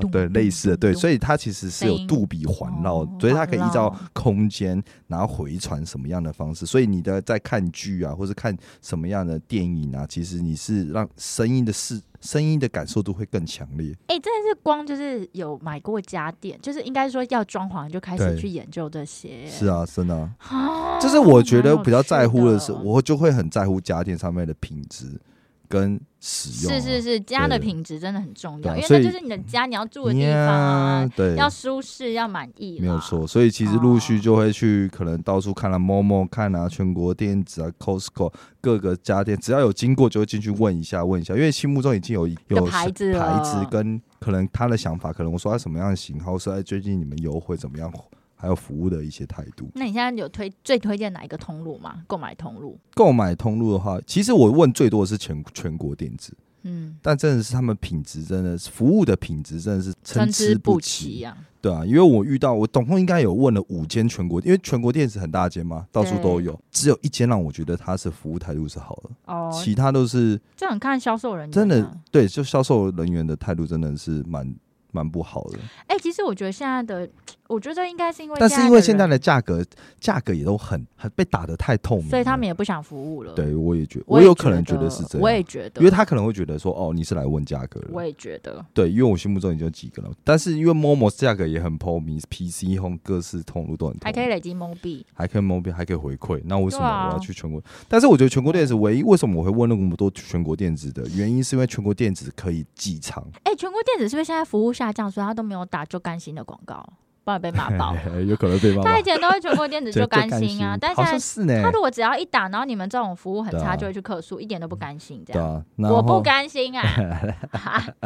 Speaker 1: 啊，对，类似的，对，所
Speaker 2: 以
Speaker 1: 以它其实是有
Speaker 2: 声音
Speaker 1: 杜比环绕
Speaker 2: 哦，
Speaker 1: 所以它可以依照
Speaker 2: 环绕
Speaker 1: 空间，然后回传什么样的方式，所以你的在看剧啊，或是看什么样的电影啊，其实你是让声音的视声音的感受度会更强烈。
Speaker 2: 哎，真的是光就是有买过家电，就是应该说要装潢就开
Speaker 1: 对
Speaker 2: 始去研究这些，
Speaker 1: 是啊，真的啊、
Speaker 2: 啊，
Speaker 1: 就是我觉得比较在乎的是，
Speaker 2: 蛮有趣
Speaker 1: 我就会很在乎家电上面的品质跟使用啊、
Speaker 2: 是是是，家的
Speaker 1: 对
Speaker 2: 品质真的很重
Speaker 1: 对啊
Speaker 2: 要，因为
Speaker 1: 所
Speaker 2: 那
Speaker 1: 以
Speaker 2: 就是你的家，你要住的地方啊
Speaker 1: Yeah，，对，
Speaker 2: 要舒适，要满意，
Speaker 1: 没有。错，所以其实陆续
Speaker 2: 哦
Speaker 1: 就会去可能到处看了、Momo 看啊、全国电子啊、Costco 各个家电，只要有经过就会进去问一下问一下，因为心目中已经有一有
Speaker 2: 有牌子了
Speaker 1: 牌子跟可能他的想法，可能我说他什么样的型号是在最近你们优惠怎么样，还有服务的一些态度。
Speaker 2: 那你现在有推最推荐哪一个通路吗？购买通路？
Speaker 1: 购买通路的话，其实我问最多的是全全国电子，
Speaker 2: 嗯，
Speaker 1: 但真的是他们品质真的是服务的品质真的是
Speaker 2: 参
Speaker 1: 参
Speaker 2: 差
Speaker 1: 差
Speaker 2: 不
Speaker 1: 不
Speaker 2: 齐
Speaker 1: 齐。
Speaker 2: 啊。
Speaker 1: 对啊，因为我遇到我总共应该有问了五间全国，因为全国电子很大间嘛，到处都有，只有一间让我觉得它是服务态度是好的，
Speaker 2: 哦，
Speaker 1: 其他都是
Speaker 2: 这很看销售人员、啊
Speaker 1: 真的，对，就销售人员的态度真的是蛮蛮不好的。
Speaker 2: 哎、其实我觉得现在的，我觉得应该是因为，
Speaker 1: 但是因为现在，的价格价格也都很很被打得太透明了，
Speaker 2: 所以他们也不想服务了。，
Speaker 1: 对我也觉得，
Speaker 2: 我
Speaker 1: 我
Speaker 2: 也
Speaker 1: 有可能觉得是这
Speaker 2: 我
Speaker 1: 样，
Speaker 2: 也觉得，
Speaker 1: 因为他可能会觉得说哦你是来问价格的，
Speaker 2: 我也觉得，
Speaker 1: 对，因为我心目中已经有几个了，但是因为 Momo 价格也很 p 迷 PC Home 各式通路都很透
Speaker 2: 还
Speaker 1: 明
Speaker 2: 可以累积蒙币，
Speaker 1: 还可以 mobile，还可以回馈。那为什么
Speaker 2: 对啊
Speaker 1: 我要去全国？但是我觉得全国电子唯一为什么我会问那么多全国电子的原因，是因为全国电子可以寄仓，
Speaker 2: 哎、全国电子是不是现在服务下降，所以他都没有打就甘心的广告，不然被骂爆。
Speaker 1: 有可能对方
Speaker 2: 他以前都会全国电子就 甘心啊，但
Speaker 1: 好像
Speaker 2: 现在
Speaker 1: 是呢哎
Speaker 2: 他，如果只要一打，然后你们这种服务很
Speaker 1: 对啊
Speaker 2: 差，就会去客诉，一点都不甘心这
Speaker 1: 对
Speaker 2: 样。
Speaker 1: 啊，然
Speaker 2: 我不
Speaker 1: 后
Speaker 2: 甘心啊！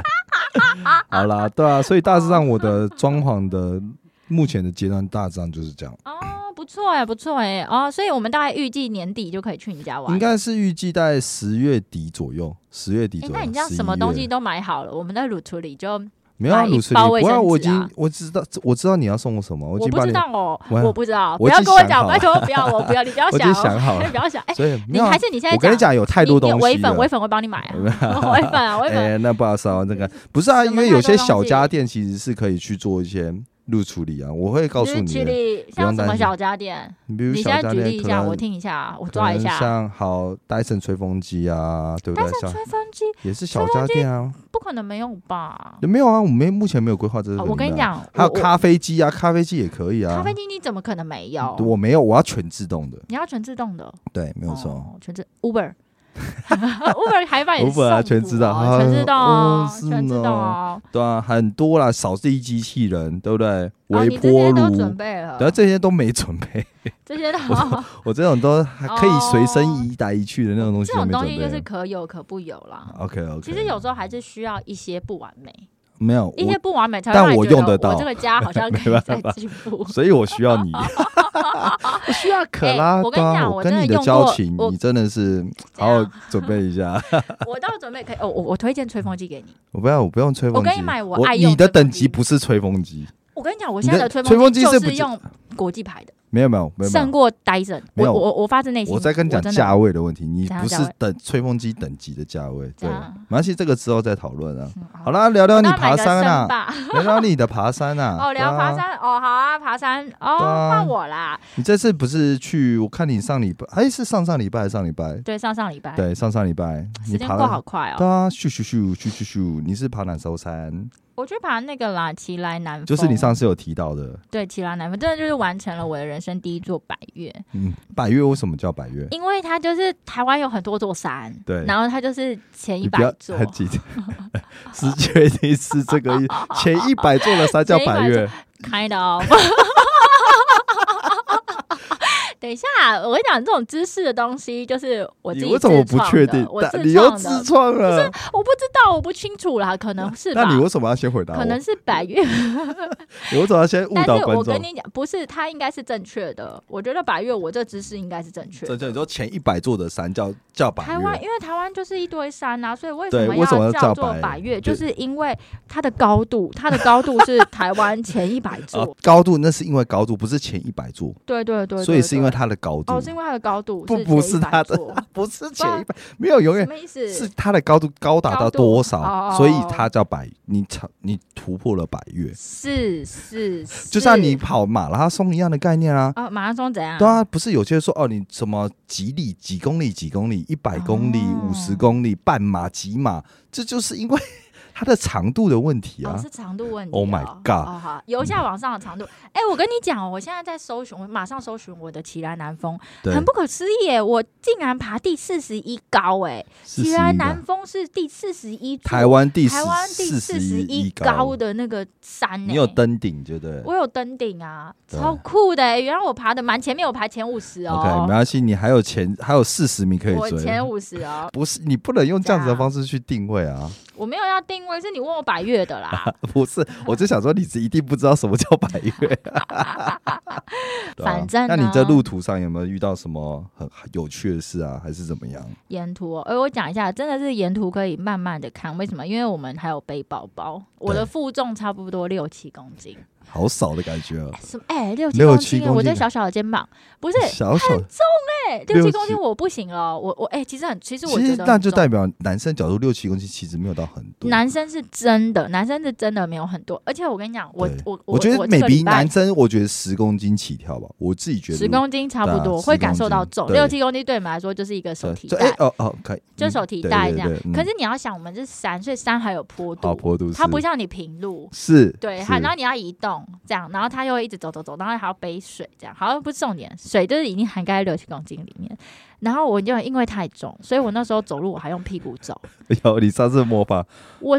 Speaker 1: 好啦，对啊，所以大致上我的装潢的目前的阶段大致上就是 这样，
Speaker 2: 哦，不错哎，不错哎，哦，所以我们大概预计年底就可以去你家玩。
Speaker 1: 应该是预计在十月底左右，十月底
Speaker 2: 哎、
Speaker 1: 左右。
Speaker 2: 那你这样
Speaker 1: 11
Speaker 2: 什么东西
Speaker 1: 月
Speaker 2: 都买好了，我们在卤处理就
Speaker 1: 没有啊？
Speaker 2: 买一
Speaker 1: 鲁斯里，
Speaker 2: 包卫
Speaker 1: 不要，
Speaker 2: 生
Speaker 1: 我已
Speaker 2: 纸啊
Speaker 1: 经我知道我知道你要送我什么，我已
Speaker 2: 我
Speaker 1: 经
Speaker 2: 不
Speaker 1: 把
Speaker 2: 知
Speaker 1: 你，
Speaker 2: 道哦，
Speaker 1: 我
Speaker 2: 我不知道，
Speaker 1: 我
Speaker 2: 不
Speaker 1: 已
Speaker 2: 要
Speaker 1: 经
Speaker 2: 跟我
Speaker 1: 想
Speaker 2: 讲，
Speaker 1: 好
Speaker 2: 拜托不要，我不要， 你不 要
Speaker 1: 我已
Speaker 2: 想
Speaker 1: 经
Speaker 2: 哦，
Speaker 1: 想好了
Speaker 2: 不要想，哎、
Speaker 1: 所以没
Speaker 2: 你
Speaker 1: 有啊
Speaker 2: 还是你现在
Speaker 1: 我跟你
Speaker 2: 讲，
Speaker 1: 讲，有太多东西
Speaker 2: 你
Speaker 1: 了。
Speaker 2: 你微粉，微粉我帮你买 啊， 微粉啊，微粉，嗯
Speaker 1: 哎，那不好意思啊，那个不是啊，
Speaker 2: 什么
Speaker 1: 因为有些
Speaker 2: 太多东西
Speaker 1: 小家电其实是可以去做一些入处理啊，我会告诉
Speaker 2: 就是
Speaker 1: 你的。
Speaker 2: 举例
Speaker 1: 不用
Speaker 2: 像什
Speaker 1: 担
Speaker 2: 么
Speaker 1: 心
Speaker 2: 小家电，
Speaker 1: 你比如
Speaker 2: 你
Speaker 1: 小
Speaker 2: 现在
Speaker 1: 家
Speaker 2: 举
Speaker 1: 电
Speaker 2: 例一
Speaker 1: 可
Speaker 2: 下，
Speaker 1: 能
Speaker 2: 我听一下，我
Speaker 1: 可
Speaker 2: 抓一
Speaker 1: 能
Speaker 2: 下。
Speaker 1: 像好戴森吹风机啊，对不
Speaker 2: 但
Speaker 1: 对
Speaker 2: 是？
Speaker 1: 像
Speaker 2: 吹风机
Speaker 1: 也是小家电啊，
Speaker 2: 不可能没有吧？
Speaker 1: 没有啊，我们目前没有规划这个。
Speaker 2: 哦我跟你，讲，
Speaker 1: 还有
Speaker 2: 我我
Speaker 1: 咖啡机啊，咖啡机也可以啊。
Speaker 2: 咖啡机你怎么可能没有？
Speaker 1: 我没有，我要全自动的。
Speaker 2: 你要全自动的，
Speaker 1: 对，没有错。
Speaker 2: 哦，全自哦 Uber ，Uber 海版也
Speaker 1: Uber 啊全知道
Speaker 2: 啊，全知道
Speaker 1: 啊
Speaker 2: 哦，
Speaker 1: 哦是
Speaker 2: 全知道
Speaker 1: 呢
Speaker 2: 哦，
Speaker 1: 对啊，很多啦，扫地机器人，对不对？
Speaker 2: 哦
Speaker 1: 微
Speaker 2: 你这
Speaker 1: 波
Speaker 2: 些
Speaker 1: 炉，
Speaker 2: 都准备了，
Speaker 1: 对啊，这些都没准备，
Speaker 2: 这些都
Speaker 1: 我这种都还可以随身一来一去的那种东西
Speaker 2: 哦这
Speaker 1: 都
Speaker 2: 种
Speaker 1: 没
Speaker 2: 东
Speaker 1: 准
Speaker 2: 西就
Speaker 1: 备。
Speaker 2: 是
Speaker 1: 啊
Speaker 2: 可有可不有啦。
Speaker 1: OK OK，
Speaker 2: 其实有时候还是需要一些不完美，
Speaker 1: 没有
Speaker 2: 一些
Speaker 1: 我，
Speaker 2: 不完美才会
Speaker 1: 但
Speaker 2: 让你
Speaker 1: 我
Speaker 2: 觉
Speaker 1: 用得
Speaker 2: 得
Speaker 1: 到
Speaker 2: 我这个家好 像可以再
Speaker 1: 办法
Speaker 2: 进步。
Speaker 1: 所以我需要 你，我需要可拉
Speaker 2: 哎我跟你
Speaker 1: 对啊
Speaker 2: 讲
Speaker 1: 我
Speaker 2: 我
Speaker 1: 跟
Speaker 2: 真的
Speaker 1: 你的
Speaker 2: 用
Speaker 1: 交
Speaker 2: 过
Speaker 1: 情，
Speaker 2: 我
Speaker 1: 你真的是
Speaker 2: 这
Speaker 1: 好好
Speaker 2: 样
Speaker 1: 准备一下。
Speaker 2: 我倒准备可以，哦，我我推荐吹风机给你。
Speaker 1: 我不要，我不用吹风
Speaker 2: 我
Speaker 1: 机，
Speaker 2: 跟你买我爱用
Speaker 1: 你的
Speaker 2: 吹风
Speaker 1: 等级
Speaker 2: 机
Speaker 1: 不是吹风机，
Speaker 2: 我跟你讲，我
Speaker 1: 你
Speaker 2: 现在
Speaker 1: 的
Speaker 2: 的吹
Speaker 1: 吹风机
Speaker 2: 就是
Speaker 1: 不
Speaker 2: 是
Speaker 1: 就
Speaker 2: 用国际牌的，
Speaker 1: 没有没有没有没
Speaker 2: 胜
Speaker 1: 有。
Speaker 2: 过 Dyson。
Speaker 1: 没
Speaker 2: 我
Speaker 1: 有
Speaker 2: 我我发自内心，
Speaker 1: 我在跟你讲
Speaker 2: 真的嗯
Speaker 1: 价位的问题，你
Speaker 2: 怎样
Speaker 1: 不是
Speaker 2: 价位
Speaker 1: 等吹风机等级的价位，
Speaker 2: 这
Speaker 1: 对，
Speaker 2: 样
Speaker 1: 没关系，这个之后再讨论啊。
Speaker 2: 嗯
Speaker 1: 好啦，聊聊
Speaker 2: 我
Speaker 1: 你
Speaker 2: 要买
Speaker 1: 爬
Speaker 2: 个
Speaker 1: 山
Speaker 2: 升
Speaker 1: 啊，
Speaker 2: 吧
Speaker 1: 聊聊你的爬山啊。
Speaker 2: 哦，聊
Speaker 1: 对
Speaker 2: 爬
Speaker 1: 啊。
Speaker 2: 山哦，好啊，爬山哦，
Speaker 1: 对啊
Speaker 2: 换我啦。
Speaker 1: 你这次不是去？我看你上礼拜，哎，是上上礼拜还是上礼拜？
Speaker 2: 对，上上礼拜，
Speaker 1: 对，上上礼拜你
Speaker 2: 时间
Speaker 1: 爬
Speaker 2: 过好
Speaker 1: 了。
Speaker 2: 快
Speaker 1: 对
Speaker 2: 哦。
Speaker 1: 啊，咻咻咻咻咻咻！你是爬哪艘山？
Speaker 2: 我去爬那个啦，奇来南峰，
Speaker 1: 就是你上次有提到的，
Speaker 2: 对奇来南峰，真的就是完成了我的人生第一座百越，
Speaker 1: 嗯，百越为什么叫百越？
Speaker 2: 因为它就是台湾有很多座山，
Speaker 1: 对
Speaker 2: 然后它就是前一
Speaker 1: 你
Speaker 2: 百
Speaker 1: 不要
Speaker 2: 座，
Speaker 1: 很紧张， 是确定是这个意思前一百座的山叫
Speaker 2: 前一
Speaker 1: 百
Speaker 2: 百
Speaker 1: 越，
Speaker 2: 开 的哦。等一下，我跟你讲，这种知识的东西就是我自
Speaker 1: 你
Speaker 2: 己
Speaker 1: 为什么不
Speaker 2: 自创
Speaker 1: 确
Speaker 2: 的
Speaker 1: 定？
Speaker 2: 我
Speaker 1: 但
Speaker 2: 自
Speaker 1: 你又
Speaker 2: 创
Speaker 1: 自
Speaker 2: 的，
Speaker 1: 创了，
Speaker 2: 我不知道，我不清楚啦，可能是吧
Speaker 1: 那。你为什么要先回答我？
Speaker 2: 可能是百越，
Speaker 1: 你为什么要先误
Speaker 2: 但
Speaker 1: 导
Speaker 2: 是
Speaker 1: 观
Speaker 2: 我
Speaker 1: 众
Speaker 2: 跟？你讲，不是它应该是正确的。我觉得百越，我这知识应该是正确的
Speaker 1: 这。就你说前一百座的山叫叫百
Speaker 2: 台湾
Speaker 1: 越，
Speaker 2: 因为台湾就是一堆山啊，所以为
Speaker 1: 对
Speaker 2: 什么
Speaker 1: 为什么要
Speaker 2: 叫
Speaker 1: 叫
Speaker 2: 做
Speaker 1: 百
Speaker 2: 百越？
Speaker 1: 对
Speaker 2: 就是因为它的高度，它的高度是台湾前一百座。
Speaker 1: 啊，高度那是因为高度，不是前一百座，
Speaker 2: 对对对对
Speaker 1: 所以是因为
Speaker 2: 对
Speaker 1: 它的高度
Speaker 2: 哦，，是因为啊它的高度
Speaker 1: 不
Speaker 2: 是
Speaker 1: 不
Speaker 2: 前
Speaker 1: 是
Speaker 2: 100
Speaker 1: 它的
Speaker 2: 座
Speaker 1: 不是前一百，没有永
Speaker 2: 什
Speaker 1: 远
Speaker 2: 么意思？
Speaker 1: 是它的高度高达到
Speaker 2: 高度
Speaker 1: 多
Speaker 2: 哦
Speaker 1: 少，所以它叫百，你超你突破了百越，
Speaker 2: 是是是，
Speaker 1: 就像你跑马拉松一样的概念啊。
Speaker 2: 啊，马拉松怎样？
Speaker 1: 对啊，不是有些人说哦，你什么几里、几公里、几公里、一百公里、
Speaker 2: 哦
Speaker 1: 五十公里、半马、几马，这就是因为它的长度的问题啊。
Speaker 2: 哦，是长度问题哦。
Speaker 1: Oh my god
Speaker 2: 哦好，由下往上的长度。哎，我跟你讲哦，我现在在搜寻，我马上搜寻我的奇来南峰，
Speaker 1: 对
Speaker 2: 很，不可思议耶，我竟然爬第四十一高哎，
Speaker 1: 是
Speaker 2: 奇
Speaker 1: 十
Speaker 2: 来
Speaker 1: 一
Speaker 2: 南
Speaker 1: 的，
Speaker 2: 峰是第四十一座，
Speaker 1: 台湾第
Speaker 2: 台湾第
Speaker 1: 四
Speaker 2: 四
Speaker 1: 十
Speaker 2: 十一
Speaker 1: 高
Speaker 2: 高，的那个山呢？
Speaker 1: 你有登顶就对了。
Speaker 2: 我有登顶啊，
Speaker 1: 对
Speaker 2: 超酷的耶！原来我爬的蛮前面，我排前五十
Speaker 1: OK，没
Speaker 2: 哦，
Speaker 1: 关系，你还有前还有四十名可
Speaker 2: 我
Speaker 1: 以追
Speaker 2: 前。五十哦，
Speaker 1: 不是，你不能用这样子
Speaker 2: 这
Speaker 1: 的
Speaker 2: 样
Speaker 1: 方式去定位啊！
Speaker 2: 我没有要定位，是你问我百越的 啦。
Speaker 1: 不是，我就想说你一定不知道什么叫百 越。对啊
Speaker 2: 反正
Speaker 1: 那你
Speaker 2: 呢
Speaker 1: 在路途上有没有遇到什么很有趣的事啊，还是怎么样？
Speaker 2: 沿途、哦，哎、我讲一下，真的是沿途可以慢慢的看，为什么？因为我们还有背包包，我的负重差不多六七公斤，
Speaker 1: 好少的感觉啊！
Speaker 2: 哎什么？哎、六七
Speaker 1: 六
Speaker 2: 公
Speaker 1: 七
Speaker 2: 斤耶，
Speaker 1: 公斤
Speaker 2: 我这小小的肩膀，不是，
Speaker 1: 小小，
Speaker 2: 哎、
Speaker 1: 六
Speaker 2: 六
Speaker 1: 七
Speaker 2: 七公斤我不行了，我我哎、其实很，其实我
Speaker 1: 其
Speaker 2: 觉
Speaker 1: 实
Speaker 2: 得
Speaker 1: 那就
Speaker 2: 很重
Speaker 1: 代表男生角度六七公斤其实没有到很多。
Speaker 2: 男生是真的，男生是真的没有很多，而且我跟你讲，我
Speaker 1: 对
Speaker 2: 我
Speaker 1: 我觉得每比男生，我觉得十公斤起跳吧，我自己觉得
Speaker 2: 十公斤差不
Speaker 1: 对啊
Speaker 2: 多
Speaker 1: 10
Speaker 2: 会感受到
Speaker 1: 公斤
Speaker 2: 重，
Speaker 1: 对
Speaker 2: 六七公斤对我们来说就是一个手提
Speaker 1: 对就哎
Speaker 2: 袋，
Speaker 1: 哦哦，可以，
Speaker 2: 就手提袋这样。可
Speaker 1: 是
Speaker 2: 是你要想，我们是山，所以山还有
Speaker 1: 好
Speaker 2: 坡度，
Speaker 1: 嗯坡度
Speaker 2: 它不
Speaker 1: 是
Speaker 2: 像你平路，
Speaker 1: 是
Speaker 2: 对，
Speaker 1: 是
Speaker 2: 它然后你要移动这样，然后它又会一直走走走，然后还要背水这样，好像不是重点，水就是已经涵盖在六七公斤里面。然后我就因为太重，所以我那时候走路我还用屁股走。
Speaker 1: 有你上次模仿
Speaker 2: 我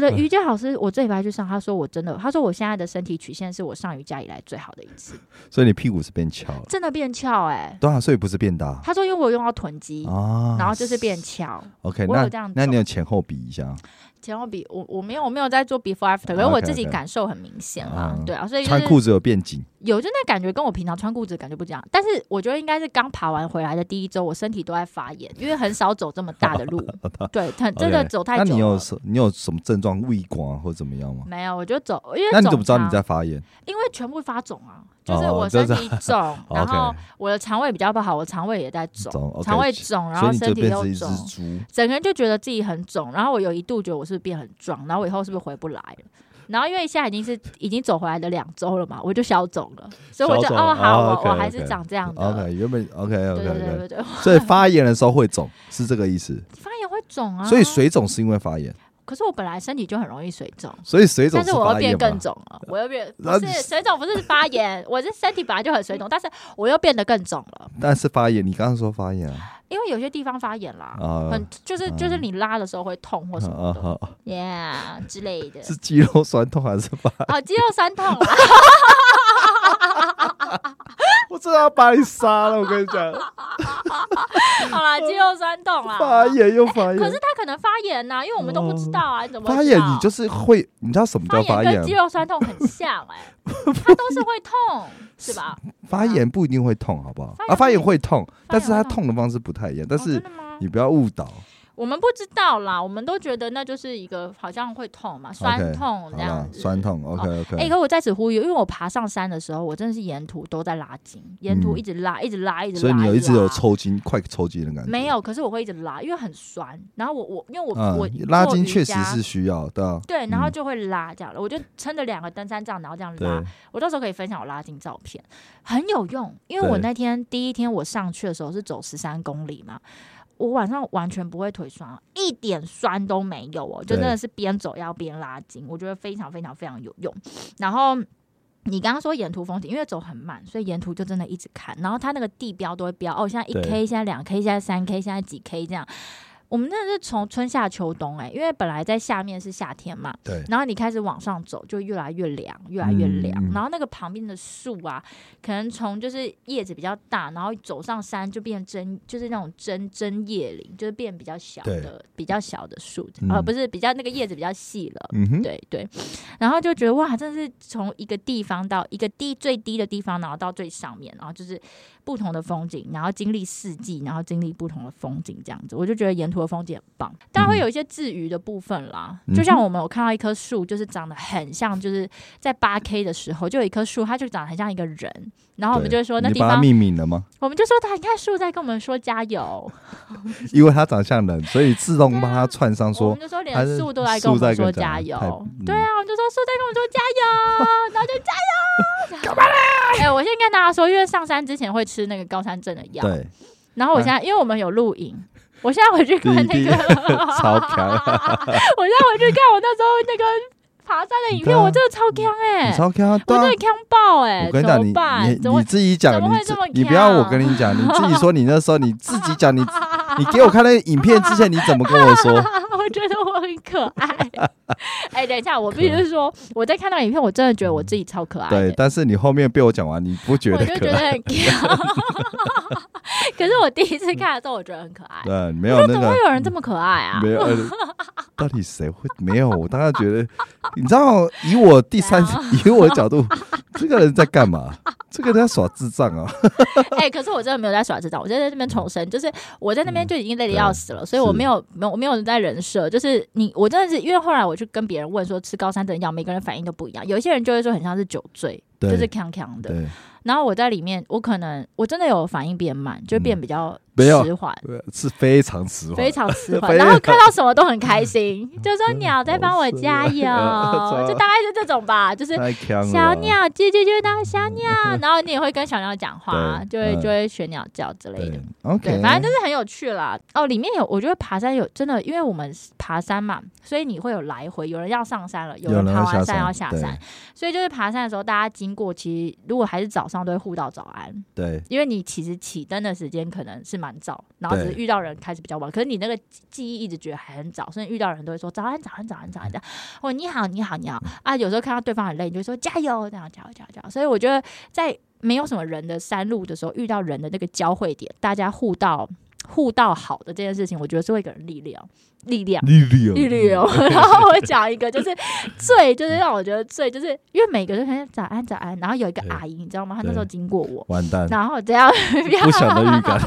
Speaker 1: 嗯
Speaker 2: 的瑜伽老师，我这礼拜去上，他说我真的，他说我现在的身体曲线是我上瑜伽以来最好的一次，
Speaker 1: 所以你屁股是变翘了，
Speaker 2: 真的变翘哎、
Speaker 1: 对啊，所以不是变大
Speaker 2: 他说因为我用到臀肌，
Speaker 1: 啊。
Speaker 2: 然后就是变翘。
Speaker 1: OK，
Speaker 2: 我有
Speaker 1: 那
Speaker 2: 这样
Speaker 1: 那你
Speaker 2: 走
Speaker 1: 有前后比一下，啊
Speaker 2: 前后比我我没有我没有在做 before after，可是
Speaker 1: OK，
Speaker 2: 我自己
Speaker 1: OK
Speaker 2: 感受很明显啦
Speaker 1: 啊，
Speaker 2: 对啊，所以就
Speaker 1: 穿
Speaker 2: 是
Speaker 1: 裤子有变紧，
Speaker 2: 有就那感觉跟我平常穿裤子的感觉不一样，但是我觉得应该是刚爬完回来的第一周，我身体都在发炎，因为很少走这么大的 路，对，很真的
Speaker 1: OK，
Speaker 2: 走
Speaker 1: 那
Speaker 2: 太
Speaker 1: 你
Speaker 2: 久
Speaker 1: 有
Speaker 2: 了。
Speaker 1: 什你有什么症状胃光或怎么样吗？
Speaker 2: 没有，我就走，因为
Speaker 1: 那你怎
Speaker 2: 肿
Speaker 1: 么知道你
Speaker 2: 胀
Speaker 1: 在发炎
Speaker 2: 因为全部发肿啊，就是
Speaker 1: 哦
Speaker 2: 我
Speaker 1: 就
Speaker 2: 身
Speaker 1: 是哦
Speaker 2: 体 肿，然后
Speaker 1: ？OK，
Speaker 2: 我的肠胃比较不好，我肠胃也在肿，
Speaker 1: 肿，OK，
Speaker 2: 肠胃肿，然
Speaker 1: 所
Speaker 2: 后
Speaker 1: 以你
Speaker 2: 身
Speaker 1: 就
Speaker 2: 体
Speaker 1: 变
Speaker 2: 又
Speaker 1: 成一只
Speaker 2: 肿，
Speaker 1: 猪。
Speaker 2: 整个人就觉得自己很肿。然后我有一度觉得我是不是变很壮，然后我以后是不是回不来了？然后因为现在已经是已经走回来的两周了嘛，我就消肿了，所以我就
Speaker 1: 消肿
Speaker 2: 哦
Speaker 1: 了
Speaker 2: 好，
Speaker 1: 哦
Speaker 2: 我我
Speaker 1: OK，
Speaker 2: 还是
Speaker 1: OK
Speaker 2: 长这样的。
Speaker 1: OK，原本 OK
Speaker 2: 对
Speaker 1: OK
Speaker 2: 对对
Speaker 1: OK，
Speaker 2: 对对，
Speaker 1: 所以发炎的时候会肿，是这个意思。
Speaker 2: 发炎会肿啊。
Speaker 1: 所以水肿是因为发炎，
Speaker 2: 可是我本来身体就很容易水肿，
Speaker 1: 所以水肿
Speaker 2: 但是我又
Speaker 1: 发
Speaker 2: 变
Speaker 1: 炎
Speaker 2: 更
Speaker 1: 嘛？
Speaker 2: 肿了，我又变不
Speaker 1: 那
Speaker 2: 是
Speaker 1: 你
Speaker 2: 水肿，不是发炎，我是身体本来就很水肿，但是我又变得更肿了，
Speaker 1: 但是发炎，你刚刚说发炎啊？
Speaker 2: 因为有些地方发炎啦，
Speaker 1: 啊
Speaker 2: 很就是就是你拉的时候会痛或什么
Speaker 1: 啊
Speaker 2: 的、
Speaker 1: 啊啊！
Speaker 2: y e a h 之类 的，
Speaker 1: 是肌肉酸痛还是发？
Speaker 2: 哦，肌肉酸 痛啊，
Speaker 1: 我真的要把你杀了！我跟你讲，
Speaker 2: 好啦，肌肉酸痛啊，
Speaker 1: 发炎又发炎。
Speaker 2: 可是他可能发炎呐、因为我们都不知道啊，你怎么会
Speaker 1: 哦发
Speaker 2: 知
Speaker 1: 炎，
Speaker 2: 道
Speaker 1: 你就是会，你知道什么叫
Speaker 2: 发
Speaker 1: 发
Speaker 2: 炎
Speaker 1: 炎
Speaker 2: 跟肌？肉酸痛很像 哎、它都是会痛，是吧？
Speaker 1: 发炎不一定会痛，好不好？啊，
Speaker 2: 发
Speaker 1: 发
Speaker 2: 炎
Speaker 1: 炎
Speaker 2: 会
Speaker 1: 会痛，但是
Speaker 2: 会
Speaker 1: 它
Speaker 2: 痛
Speaker 1: 痛的方式不太一样。但
Speaker 2: 哦
Speaker 1: 是
Speaker 2: 真的吗？
Speaker 1: 你不要误导，
Speaker 2: 我们不知道啦，我们都觉得那就是一个好像会痛嘛，酸痛
Speaker 1: 好
Speaker 2: 这
Speaker 1: 啦
Speaker 2: 样，子。
Speaker 1: 酸痛
Speaker 2: 哦
Speaker 1: ，OK
Speaker 2: 哎、
Speaker 1: OK。
Speaker 2: 可我在此呼吁，因为我爬上山的时候，我真的是沿途都在拉筋，沿途一直拉，一直拉，一
Speaker 1: 嗯
Speaker 2: 直拉。
Speaker 1: 所以你有一直
Speaker 2: 拉
Speaker 1: 有抽筋，快抽筋的感觉。
Speaker 2: 没有？可是我会一直拉，因为很酸。然后我我因为我、
Speaker 1: 嗯
Speaker 2: 我
Speaker 1: 拉
Speaker 2: 做
Speaker 1: 筋
Speaker 2: 瑜
Speaker 1: 确实
Speaker 2: 伽
Speaker 1: 是需要的。
Speaker 2: 对，然后
Speaker 1: 嗯
Speaker 2: 就会拉这样了。我就撑着两个登山杖，然后这样
Speaker 1: 对
Speaker 2: 拉。我到时候可以分享我拉筋照片，很有用。因为我
Speaker 1: 对
Speaker 2: 那天第一天我上去的时候是走十三公里嘛，我晚上完全不会腿酸，啊一点酸都没有哦，就
Speaker 1: 对
Speaker 2: 真的是边走要边拉筋，我觉得非常非常非常有用。然后。你刚刚说沿途风景，因为走很慢，所以沿途就真的一直看。然后它那个地标都会标哦，现在一
Speaker 1: 对
Speaker 2: K，现在两 K，现在三 K，现在几 K 这样。我们那是从春夏秋冬哎、因为本来在下面是夏天嘛，
Speaker 1: 对
Speaker 2: 然后你开始往上走，就越来越凉，越来越凉。
Speaker 1: 嗯嗯
Speaker 2: 然后那个旁边的树啊，可能从就是叶子比较大，然后走上山就变针，就是那种针针叶林，就是变比较小的、比较小的树，
Speaker 1: 嗯
Speaker 2: 呃，不是比较那个叶子比较细了。
Speaker 1: 嗯哼，
Speaker 2: 对对，然后就觉得哇，真的是从一个地方到一个低最低的地方，然后到最上面，然后就是不同的风景，然后经历四季，然后经历不同的风景，这样子，我就觉得沿途的风景很棒。但
Speaker 1: 嗯
Speaker 2: 会有一些治愈的部分啦，就像我们有看到一棵树，就是长得很像，就是在八 K 的时候，就有一棵树，它就长得很像一个人，然后我们
Speaker 1: 对
Speaker 2: 就会说那
Speaker 1: 你
Speaker 2: 地
Speaker 1: 把它
Speaker 2: 方，
Speaker 1: 命名了 吗？
Speaker 2: 我们就说它，你看树在跟我们说加油，
Speaker 1: 因为它长相人，所以自动帮它串上
Speaker 2: 我
Speaker 1: 说
Speaker 2: 们就说
Speaker 1: 它
Speaker 2: 连
Speaker 1: 是
Speaker 2: 树都在跟我
Speaker 1: 树在跟
Speaker 2: 们说
Speaker 1: 我讲
Speaker 2: 加油
Speaker 1: 太，嗯
Speaker 2: 对啊，我们就说树在跟我们说加油，然后就加油，干嘛啦？ 哎、我先跟大家说，因为上山之前会吃那个高山症的药，
Speaker 1: 对，嗯
Speaker 2: 然后我现在、因为我们有录影，我现在回去看那
Speaker 1: 第一
Speaker 2: 个，
Speaker 1: 超强，
Speaker 2: 我现在回去看我那时候那个爬山的影
Speaker 1: 对
Speaker 2: 片，
Speaker 1: 啊
Speaker 2: 我真的超强哎、
Speaker 1: 你超强，
Speaker 2: 我
Speaker 1: 对啊
Speaker 2: 真的强爆哎、
Speaker 1: 我跟你
Speaker 2: 怎
Speaker 1: 讲，
Speaker 2: 么办？
Speaker 1: 你
Speaker 2: 怎
Speaker 1: 你
Speaker 2: 么
Speaker 1: 你自己
Speaker 2: 怎
Speaker 1: 讲，
Speaker 2: 么
Speaker 1: 你
Speaker 2: 会
Speaker 1: 自
Speaker 2: 这么
Speaker 1: 你不要
Speaker 2: 呛
Speaker 1: 我跟你讲，你自己说你那时候你自己讲，你你给我看那个影片之前你怎么跟我 说？
Speaker 2: 啊我觉得我很可爱。 哎、等一下，我必须说，我在看到影片，我真的觉得我自己超可爱的。
Speaker 1: 对，但是你后面被我讲完，你不觉
Speaker 2: 我
Speaker 1: 得
Speaker 2: 就
Speaker 1: 可
Speaker 2: 觉得
Speaker 1: 爱？
Speaker 2: 很 cute。可是我第一次看的时候，我觉得很可爱。
Speaker 1: 对，没有那
Speaker 2: 怎么
Speaker 1: 个
Speaker 2: 会有人这么可爱啊？
Speaker 1: 没有，呃到底谁会没有？我当然觉得，你知道，以我第三
Speaker 2: 怎，
Speaker 1: 以我的角度，这个人在干嘛？这个人在耍智障啊！
Speaker 2: 哎、可是我真的没有在耍智障，我就在那边重生，就是我在那边就已经累得要死了，所以
Speaker 1: 嗯
Speaker 2: 我
Speaker 1: 啊是
Speaker 2: 没有没有我没有在人设，就是你我真的是因为后来我去跟别人问说吃高山症药，每个人反应都不一样，有一些人就会说很像是酒醉，
Speaker 1: 对
Speaker 2: 就是呛呛的。
Speaker 1: 对，
Speaker 2: 然后我在里面，我可能我真的有反应变慢，就变比较
Speaker 1: 嗯没有
Speaker 2: 迟缓。
Speaker 1: 呃是非常迟缓
Speaker 2: 非。常迟缓，
Speaker 1: 非常
Speaker 2: 然后看到什么都很开心， 就说鸟在帮我
Speaker 1: 好
Speaker 2: 加油
Speaker 1: 帅啊，
Speaker 2: 就大概是这种吧，就是
Speaker 1: 太强了，
Speaker 2: 小鸟啾啾啾到小鸟， 然后你也会跟小鸟讲话，就
Speaker 1: 对嗯
Speaker 2: 会就会学鸟叫之类的
Speaker 1: 对。，OK，
Speaker 2: 对，反正就是很有趣啦。哦，里面有，我觉得爬山有真的，因为我们爬山嘛，所以你会有来回，有人要上山了，有人
Speaker 1: 人
Speaker 2: 爬
Speaker 1: 要
Speaker 2: 完
Speaker 1: 下
Speaker 2: 山要
Speaker 1: 山
Speaker 2: 下
Speaker 1: 对
Speaker 2: 山，所以就是爬山的时候，大家经过，其实如果还是早上，都会互道早安，
Speaker 1: 对
Speaker 2: 因为你其实起灯的时间可能是蛮早，然后只
Speaker 1: 对
Speaker 2: 是遇到人开始比较晚，可是你那个记记忆一直觉得还很早，所以遇到人都会说早安早安早安早安这样，哦你好你好你
Speaker 1: 嗯
Speaker 2: 好啊，有时候看到对方很累，你就会说加油这样加油加油加油，所以我觉得在没有什么人的山路的时候，遇到人的那个交汇点，大家互道互道好的这件事情，我觉得是会给人力量力量。
Speaker 1: 丽丽哦，
Speaker 2: 一旅游。 然后我讲一个，就是最就是让我觉得最就是因为每个都很早安早安，然后有一个
Speaker 1: 对
Speaker 2: 阿姨，你知道吗？她那时候
Speaker 1: 对
Speaker 2: 经过我，
Speaker 1: 完蛋，
Speaker 2: 然后这样
Speaker 1: 不祥的预感，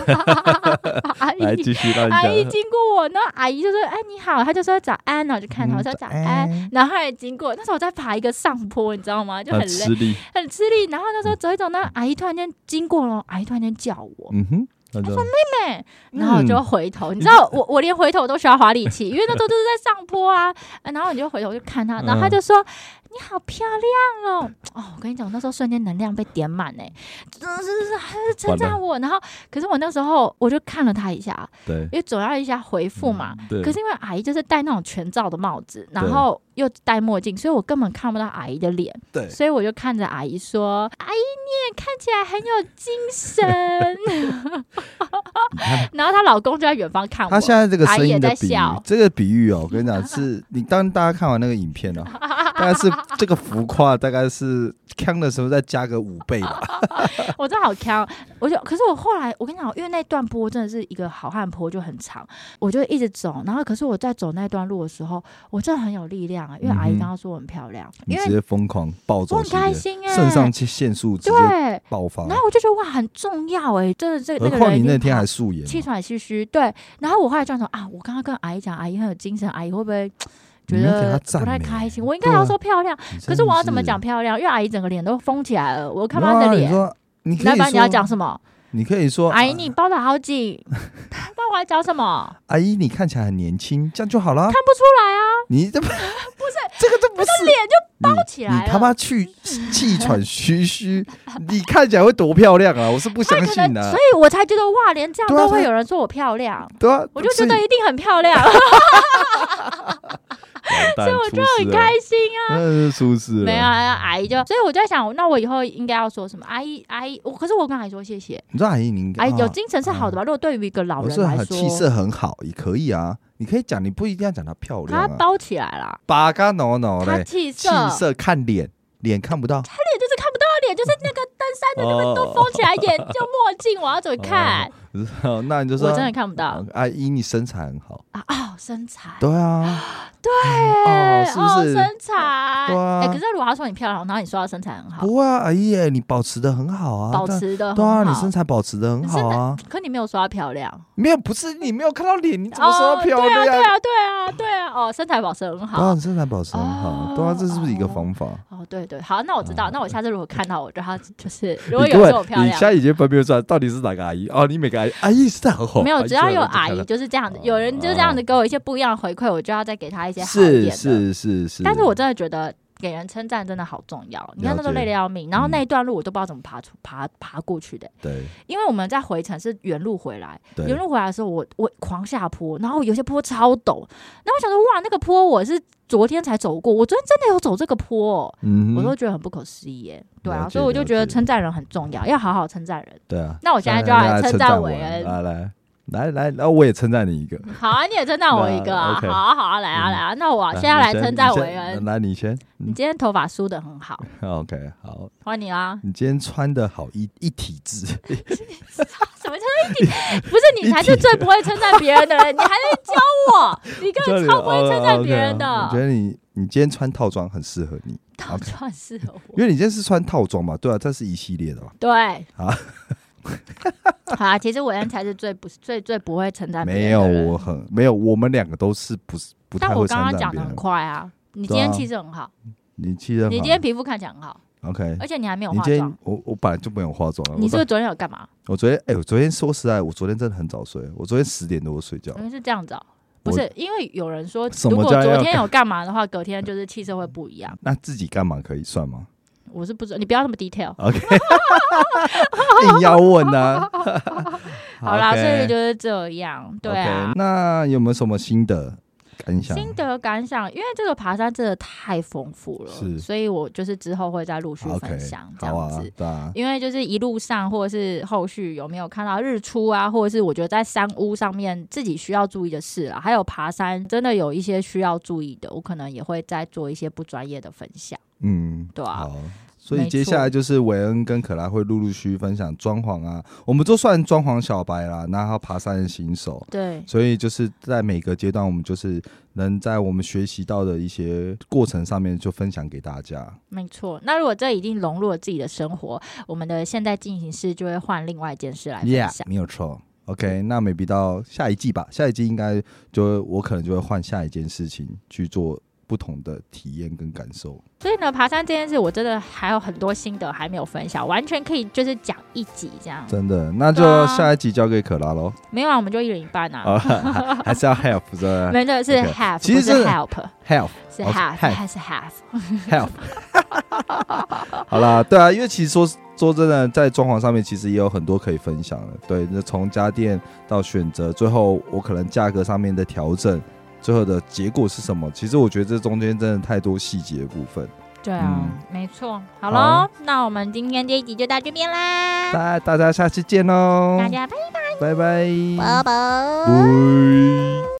Speaker 2: 阿
Speaker 1: 来
Speaker 2: 姨
Speaker 1: 继续让你
Speaker 2: 阿姨
Speaker 1: 讲。
Speaker 2: 经过我，然后阿姨就说：“哎，你好。”她就说：“早安。”然后我就
Speaker 1: 嗯
Speaker 2: 看她，我说：“早安。”
Speaker 1: 哎
Speaker 2: 然后她也经过，那时候我在爬一个上坡，你知道吗？就很
Speaker 1: 很
Speaker 2: 累
Speaker 1: 吃，嗯力，
Speaker 2: 很吃力。然后那时候走一走，那阿姨突然间经过了，阿姨突然间叫我，
Speaker 1: 嗯哼，他说
Speaker 2: 妹，然后我就回头，你知道我我连呃回头都需要花力气，因为那时候都是在上坡啊，啊然后你就回头就看他，然后他就说、你好漂亮哦！哦，我跟你讲，我那时候瞬间能量被点满哎、真的是是还是称赞我。然后，可是我那时候我就看了他一下，
Speaker 1: 对嗯
Speaker 2: 因为总要一下回复嘛。
Speaker 1: 对，
Speaker 2: 可是因为阿姨就是戴那种全罩的帽子，然后又戴墨镜，所以我根本看不到阿姨的脸，
Speaker 1: 对
Speaker 2: 所以我就看着阿姨说：“阿姨，你也看起来很有精 神。
Speaker 1: 你看”
Speaker 2: 然后她老公就在远方看我，
Speaker 1: 他现在这个声音的比
Speaker 2: 阿姨也在
Speaker 1: 喻
Speaker 2: 笑，
Speaker 1: 这个比喻哦，我跟你讲，是你当大家看完那个影片 哦，大概是这个浮夸，大概是呛的时候再加个五倍吧。
Speaker 2: 我真的好强，我就可是我后来我跟你讲，因为那段坡真的是一个好汉坡，就很长，我就一直走。然后可是我在走那段路的时候，我真的很有力量啊，因为阿
Speaker 1: 嗯
Speaker 2: 姨
Speaker 1: 哼
Speaker 2: 刚刚说我很漂亮，
Speaker 1: 你
Speaker 2: 因
Speaker 1: 直
Speaker 2: 为
Speaker 1: 接疯狂暴
Speaker 2: 我
Speaker 1: 走
Speaker 2: 很
Speaker 1: 系
Speaker 2: 开
Speaker 1: 列，
Speaker 2: 心哎、
Speaker 1: 肾上腺腺素直接
Speaker 2: 对。
Speaker 1: 爆发。
Speaker 2: 然后我就觉得哇，很重要哎、真的这
Speaker 1: 何
Speaker 2: 那个
Speaker 1: 况
Speaker 2: 人
Speaker 1: 你
Speaker 2: 一定
Speaker 1: 那天
Speaker 2: 好
Speaker 1: 还素颜嘛，
Speaker 2: 气喘吁吁，对。然后我后来就想啊，我刚刚跟阿姨讲，阿姨很有精神，阿姨会不会觉
Speaker 1: 你没有给她
Speaker 2: 得
Speaker 1: 赞
Speaker 2: 不太
Speaker 1: 美
Speaker 2: 开心？
Speaker 1: 欸
Speaker 2: 我应该
Speaker 1: 对
Speaker 2: 要
Speaker 1: 啊
Speaker 2: 说漂亮，
Speaker 1: 你真
Speaker 2: 可
Speaker 1: 的
Speaker 2: 是
Speaker 1: 是
Speaker 2: 我要怎么讲？漂亮？因为阿姨整个脸都封起来了，我看不
Speaker 1: 没有
Speaker 2: 到她
Speaker 1: 啊
Speaker 2: 的
Speaker 1: 你
Speaker 2: 脸。
Speaker 1: 说，你可
Speaker 2: 那
Speaker 1: 以
Speaker 2: 不然你要
Speaker 1: 说
Speaker 2: 讲什么？
Speaker 1: 你可以说，啊
Speaker 2: 阿姨，你包的好紧，不然我还讲什么？
Speaker 1: 阿姨，你看起来很年轻，这样就好了。
Speaker 2: 看 不出来啊，
Speaker 1: 你这不不是这个，就不是
Speaker 2: 脸就
Speaker 1: 你
Speaker 2: 包起来了。
Speaker 1: 你他妈去气喘吁吁，你看起来会多漂亮啊！我是不
Speaker 2: 她
Speaker 1: 相
Speaker 2: 哎可
Speaker 1: 信
Speaker 2: 能
Speaker 1: 的、
Speaker 2: 所以我才觉得哇，连这样
Speaker 1: 对啊
Speaker 2: 都会
Speaker 1: 她
Speaker 2: 有人说我漂亮，
Speaker 1: 对啊，
Speaker 2: 我就觉得
Speaker 1: 所以
Speaker 2: 一定很漂 亮，
Speaker 1: 完蛋
Speaker 2: 我
Speaker 1: 出
Speaker 2: 就
Speaker 1: 事
Speaker 2: 很
Speaker 1: 了
Speaker 2: 开心啊。
Speaker 1: 真的是出事哎了。
Speaker 2: 没有、啊，阿姨就，所以我就在想，那我以后应该要说什么？阿姨，阿姨，我可是我跟阿姨说谢谢，
Speaker 1: 你说阿姨，你应该
Speaker 2: 阿哎姨有
Speaker 1: 啊
Speaker 2: 精神是好的吧？如果对于一个老
Speaker 1: 我
Speaker 2: 人
Speaker 1: 是
Speaker 2: 来
Speaker 1: 很
Speaker 2: 说，
Speaker 1: 气色很好，也可以啊。你可以讲，你不一定要讲她漂亮
Speaker 2: 她
Speaker 1: 啊。
Speaker 2: 包起来了，
Speaker 1: 八嘎挠挠
Speaker 2: 她
Speaker 1: 嘞，
Speaker 2: 气
Speaker 1: 气
Speaker 2: 色，她脸
Speaker 1: 色看脸，脸看不到。
Speaker 2: 就是看不到，脸就是那个登山的那个都封起来，眼就墨镜，我要怎么看？
Speaker 1: 哦， 那你就说
Speaker 2: 我真的看不到。
Speaker 1: 嗯阿姨，你身材很好。
Speaker 2: 啊哦，身材，
Speaker 1: 对 啊，
Speaker 2: 哎
Speaker 1: 对是不是？
Speaker 2: 哦、身材，
Speaker 1: 对啊
Speaker 2: 哎、可是如果他说你漂亮，然后你说她身材很好，
Speaker 1: 不会啊，阿姨耶，你保持的很好啊，
Speaker 2: 保
Speaker 1: 对啊
Speaker 2: 持的
Speaker 1: 对啊，你身材保持的很
Speaker 2: 你
Speaker 1: 好啊。
Speaker 2: 可你没有说她漂亮，
Speaker 1: 没有，不是你没有看到脸，你怎么说她漂亮？
Speaker 2: 哦？对啊，对啊，对啊，对啊，哦，身材保持得很好。
Speaker 1: 对啊，你身材保持很好。对啊，
Speaker 2: 哦
Speaker 1: 这是不是一个方法？
Speaker 2: 哦，对对，好，那我知道，那我下次如果看到，我就要就是，如果
Speaker 1: 你
Speaker 2: 有
Speaker 1: 各
Speaker 2: 人
Speaker 1: 位，
Speaker 2: 说我漂
Speaker 1: 你
Speaker 2: 亮
Speaker 1: 现，在已经分辨出来到底是哪个阿姨哦，你每个哎阿姨阿姨身材很好，
Speaker 2: 没有，只要有阿
Speaker 1: 真的
Speaker 2: 姨
Speaker 1: 很漂
Speaker 2: 就是这样子，有人就这样子给我一些不一样的回馈，我就要再给她一些
Speaker 1: 亮，
Speaker 2: 好一点
Speaker 1: 哦是
Speaker 2: 的。
Speaker 1: 是是是。
Speaker 2: 但是我真的觉得给人称赞真的好重要，你看
Speaker 1: 了
Speaker 2: 那都
Speaker 1: 解
Speaker 2: 累得要命，然后
Speaker 1: 嗯
Speaker 2: 那一段路我都不知道怎么爬出爬爬过去的，
Speaker 1: 对
Speaker 2: 因为我们在回程是原路回来，
Speaker 1: 对
Speaker 2: 原路回来的时候我我狂下坡，然后有些坡超陡，然后我想说哇，那个坡我是昨天才走过，我昨天真的有走这个坡、哦。
Speaker 1: 嗯哼，
Speaker 2: 我都觉得很不可思议耶，对
Speaker 1: 了，
Speaker 2: 啊
Speaker 1: 解
Speaker 2: 所以我就觉得
Speaker 1: 了解
Speaker 2: 称赞人很重要，要好好称赞人。
Speaker 1: 对啊。
Speaker 2: 那我现在就要来称赞伟恩，
Speaker 1: 来来来来，那我也称赞你一个。
Speaker 2: 好啊，你也称赞我一个啊，
Speaker 1: 那，OK
Speaker 2: 好啊，好啊，来啊，
Speaker 1: 嗯
Speaker 2: 来啊，那我
Speaker 1: 啊
Speaker 2: 现在来
Speaker 1: 你先
Speaker 2: 称赞
Speaker 1: 你先
Speaker 2: 伟恩，
Speaker 1: 来，你先。
Speaker 2: 你今天头发梳的很好，
Speaker 1: OK，好，
Speaker 2: 欢 迎啊。
Speaker 1: 你今天穿的好一一体制，
Speaker 2: 什么称赞一体？不是你才是最不会称赞别人的 人，你还在教我，你根本超不会称赞别人
Speaker 1: OK，OK，我觉哦
Speaker 2: 的。
Speaker 1: 得你你今天穿套装很适合你，
Speaker 2: 到处很适合 我。
Speaker 1: 因为你今天是穿套装嘛，对啊，这是一系列的嘛。
Speaker 2: 对，
Speaker 1: 好
Speaker 2: 好啊，其实伟恩才是最不最最不会称赞别
Speaker 1: 没
Speaker 2: 人
Speaker 1: 有，
Speaker 2: 的人
Speaker 1: 我很没有，我们两个都是不是不太
Speaker 2: 但我
Speaker 1: 会
Speaker 2: 刚刚
Speaker 1: 称赞
Speaker 2: 讲
Speaker 1: 别
Speaker 2: 的很
Speaker 1: 人。
Speaker 2: 快啊，你今
Speaker 1: 对啊
Speaker 2: 天气色很好，
Speaker 1: 你气得
Speaker 2: 你今天皮肤看起来很好，
Speaker 1: 好 OK，
Speaker 2: 而且你还没有
Speaker 1: 啊你
Speaker 2: 化
Speaker 1: 今
Speaker 2: 妆
Speaker 1: 天。我我本来就没有化妆了，
Speaker 2: 你
Speaker 1: 我
Speaker 2: 是不是昨天有干嘛？
Speaker 1: 我昨天哎、我昨天说实在，我昨天真的很早睡，我昨天十点多睡觉
Speaker 2: 因。为是这样子哦、
Speaker 1: 我
Speaker 2: 不是因为有人说，
Speaker 1: 什
Speaker 2: 如
Speaker 1: 么
Speaker 2: 果
Speaker 1: 叫要
Speaker 2: 昨天有干嘛的话，隔天就是气色会不一样。
Speaker 1: 那自己干嘛可以算吗
Speaker 2: 我是不知道，你不要那么 detail。
Speaker 1: ？OK，硬要问呢、
Speaker 2: 好啦
Speaker 1: OK
Speaker 2: 所以就是这样，对啊。
Speaker 1: OK，那有没有什么心得感想？
Speaker 2: 心得感想，因为这个爬山真的太丰富了，
Speaker 1: 是
Speaker 2: 所以我就是之后会再陆续
Speaker 1: OK，
Speaker 2: 分享这
Speaker 1: 好
Speaker 2: 样
Speaker 1: 啊
Speaker 2: 子。，
Speaker 1: 对啊，
Speaker 2: 因为就是一路上，或者是后续有没有看到日出啊，或者是我觉得在山屋上面自己需要注意的事啊，还有爬山真的有一些需要注意的，我可能也会再做一些不专业的分享，
Speaker 1: 嗯，
Speaker 2: 对啊。
Speaker 1: 好。所以
Speaker 2: 没
Speaker 1: 接
Speaker 2: 错
Speaker 1: 下来就是韦恩跟可拉会陆陆续续分享装潢啊，我们就算装潢小白啦，然后爬山的新手，
Speaker 2: 对，
Speaker 1: 所以就是在每个阶段，我们就是能在我们学习到的一些过程上面就分享给大家。
Speaker 2: 没错。那如果这已经融入了自己的生活，我们的现在进行式就会换另外一件事来分
Speaker 1: Yeah，
Speaker 2: 享。嗯
Speaker 1: 没有错。OK，那 maybe 到下一季吧，下一季应该就我可能就会换下一件事情去做不同的体验跟感受。
Speaker 2: 所以呢，爬山这件事我真的还有很多心得还没有分享，完全可以就是讲一集这样。
Speaker 1: 真的，那就
Speaker 2: 对啊
Speaker 1: 下一集交给可拉喽。
Speaker 2: 没有啊，我们就一人一半啊。
Speaker 1: 啊，还是要 help 的
Speaker 2: 没的是
Speaker 1: OK
Speaker 2: half，
Speaker 1: 其
Speaker 2: 不
Speaker 1: 实
Speaker 2: 是
Speaker 1: 是
Speaker 2: help，
Speaker 1: help
Speaker 2: 是
Speaker 1: 哦是
Speaker 2: half，
Speaker 1: half
Speaker 2: 还是 half。
Speaker 1: help。好啦，对啊，因为其实说说真的，在装潢上面其实也有很多可以分享的。对，那从家电到选择，最后我可能价格上面的调整，最后的结果是什么？其实我觉得这中间真的太多细节的部分。
Speaker 2: 对啊，
Speaker 1: 嗯
Speaker 2: 没错。好喽，
Speaker 1: 好
Speaker 2: 那我们今天这一集就到这边啦，
Speaker 1: 大大家下次见喽，
Speaker 2: 大家拜
Speaker 1: 拜拜，
Speaker 2: 拜。
Speaker 1: 拜。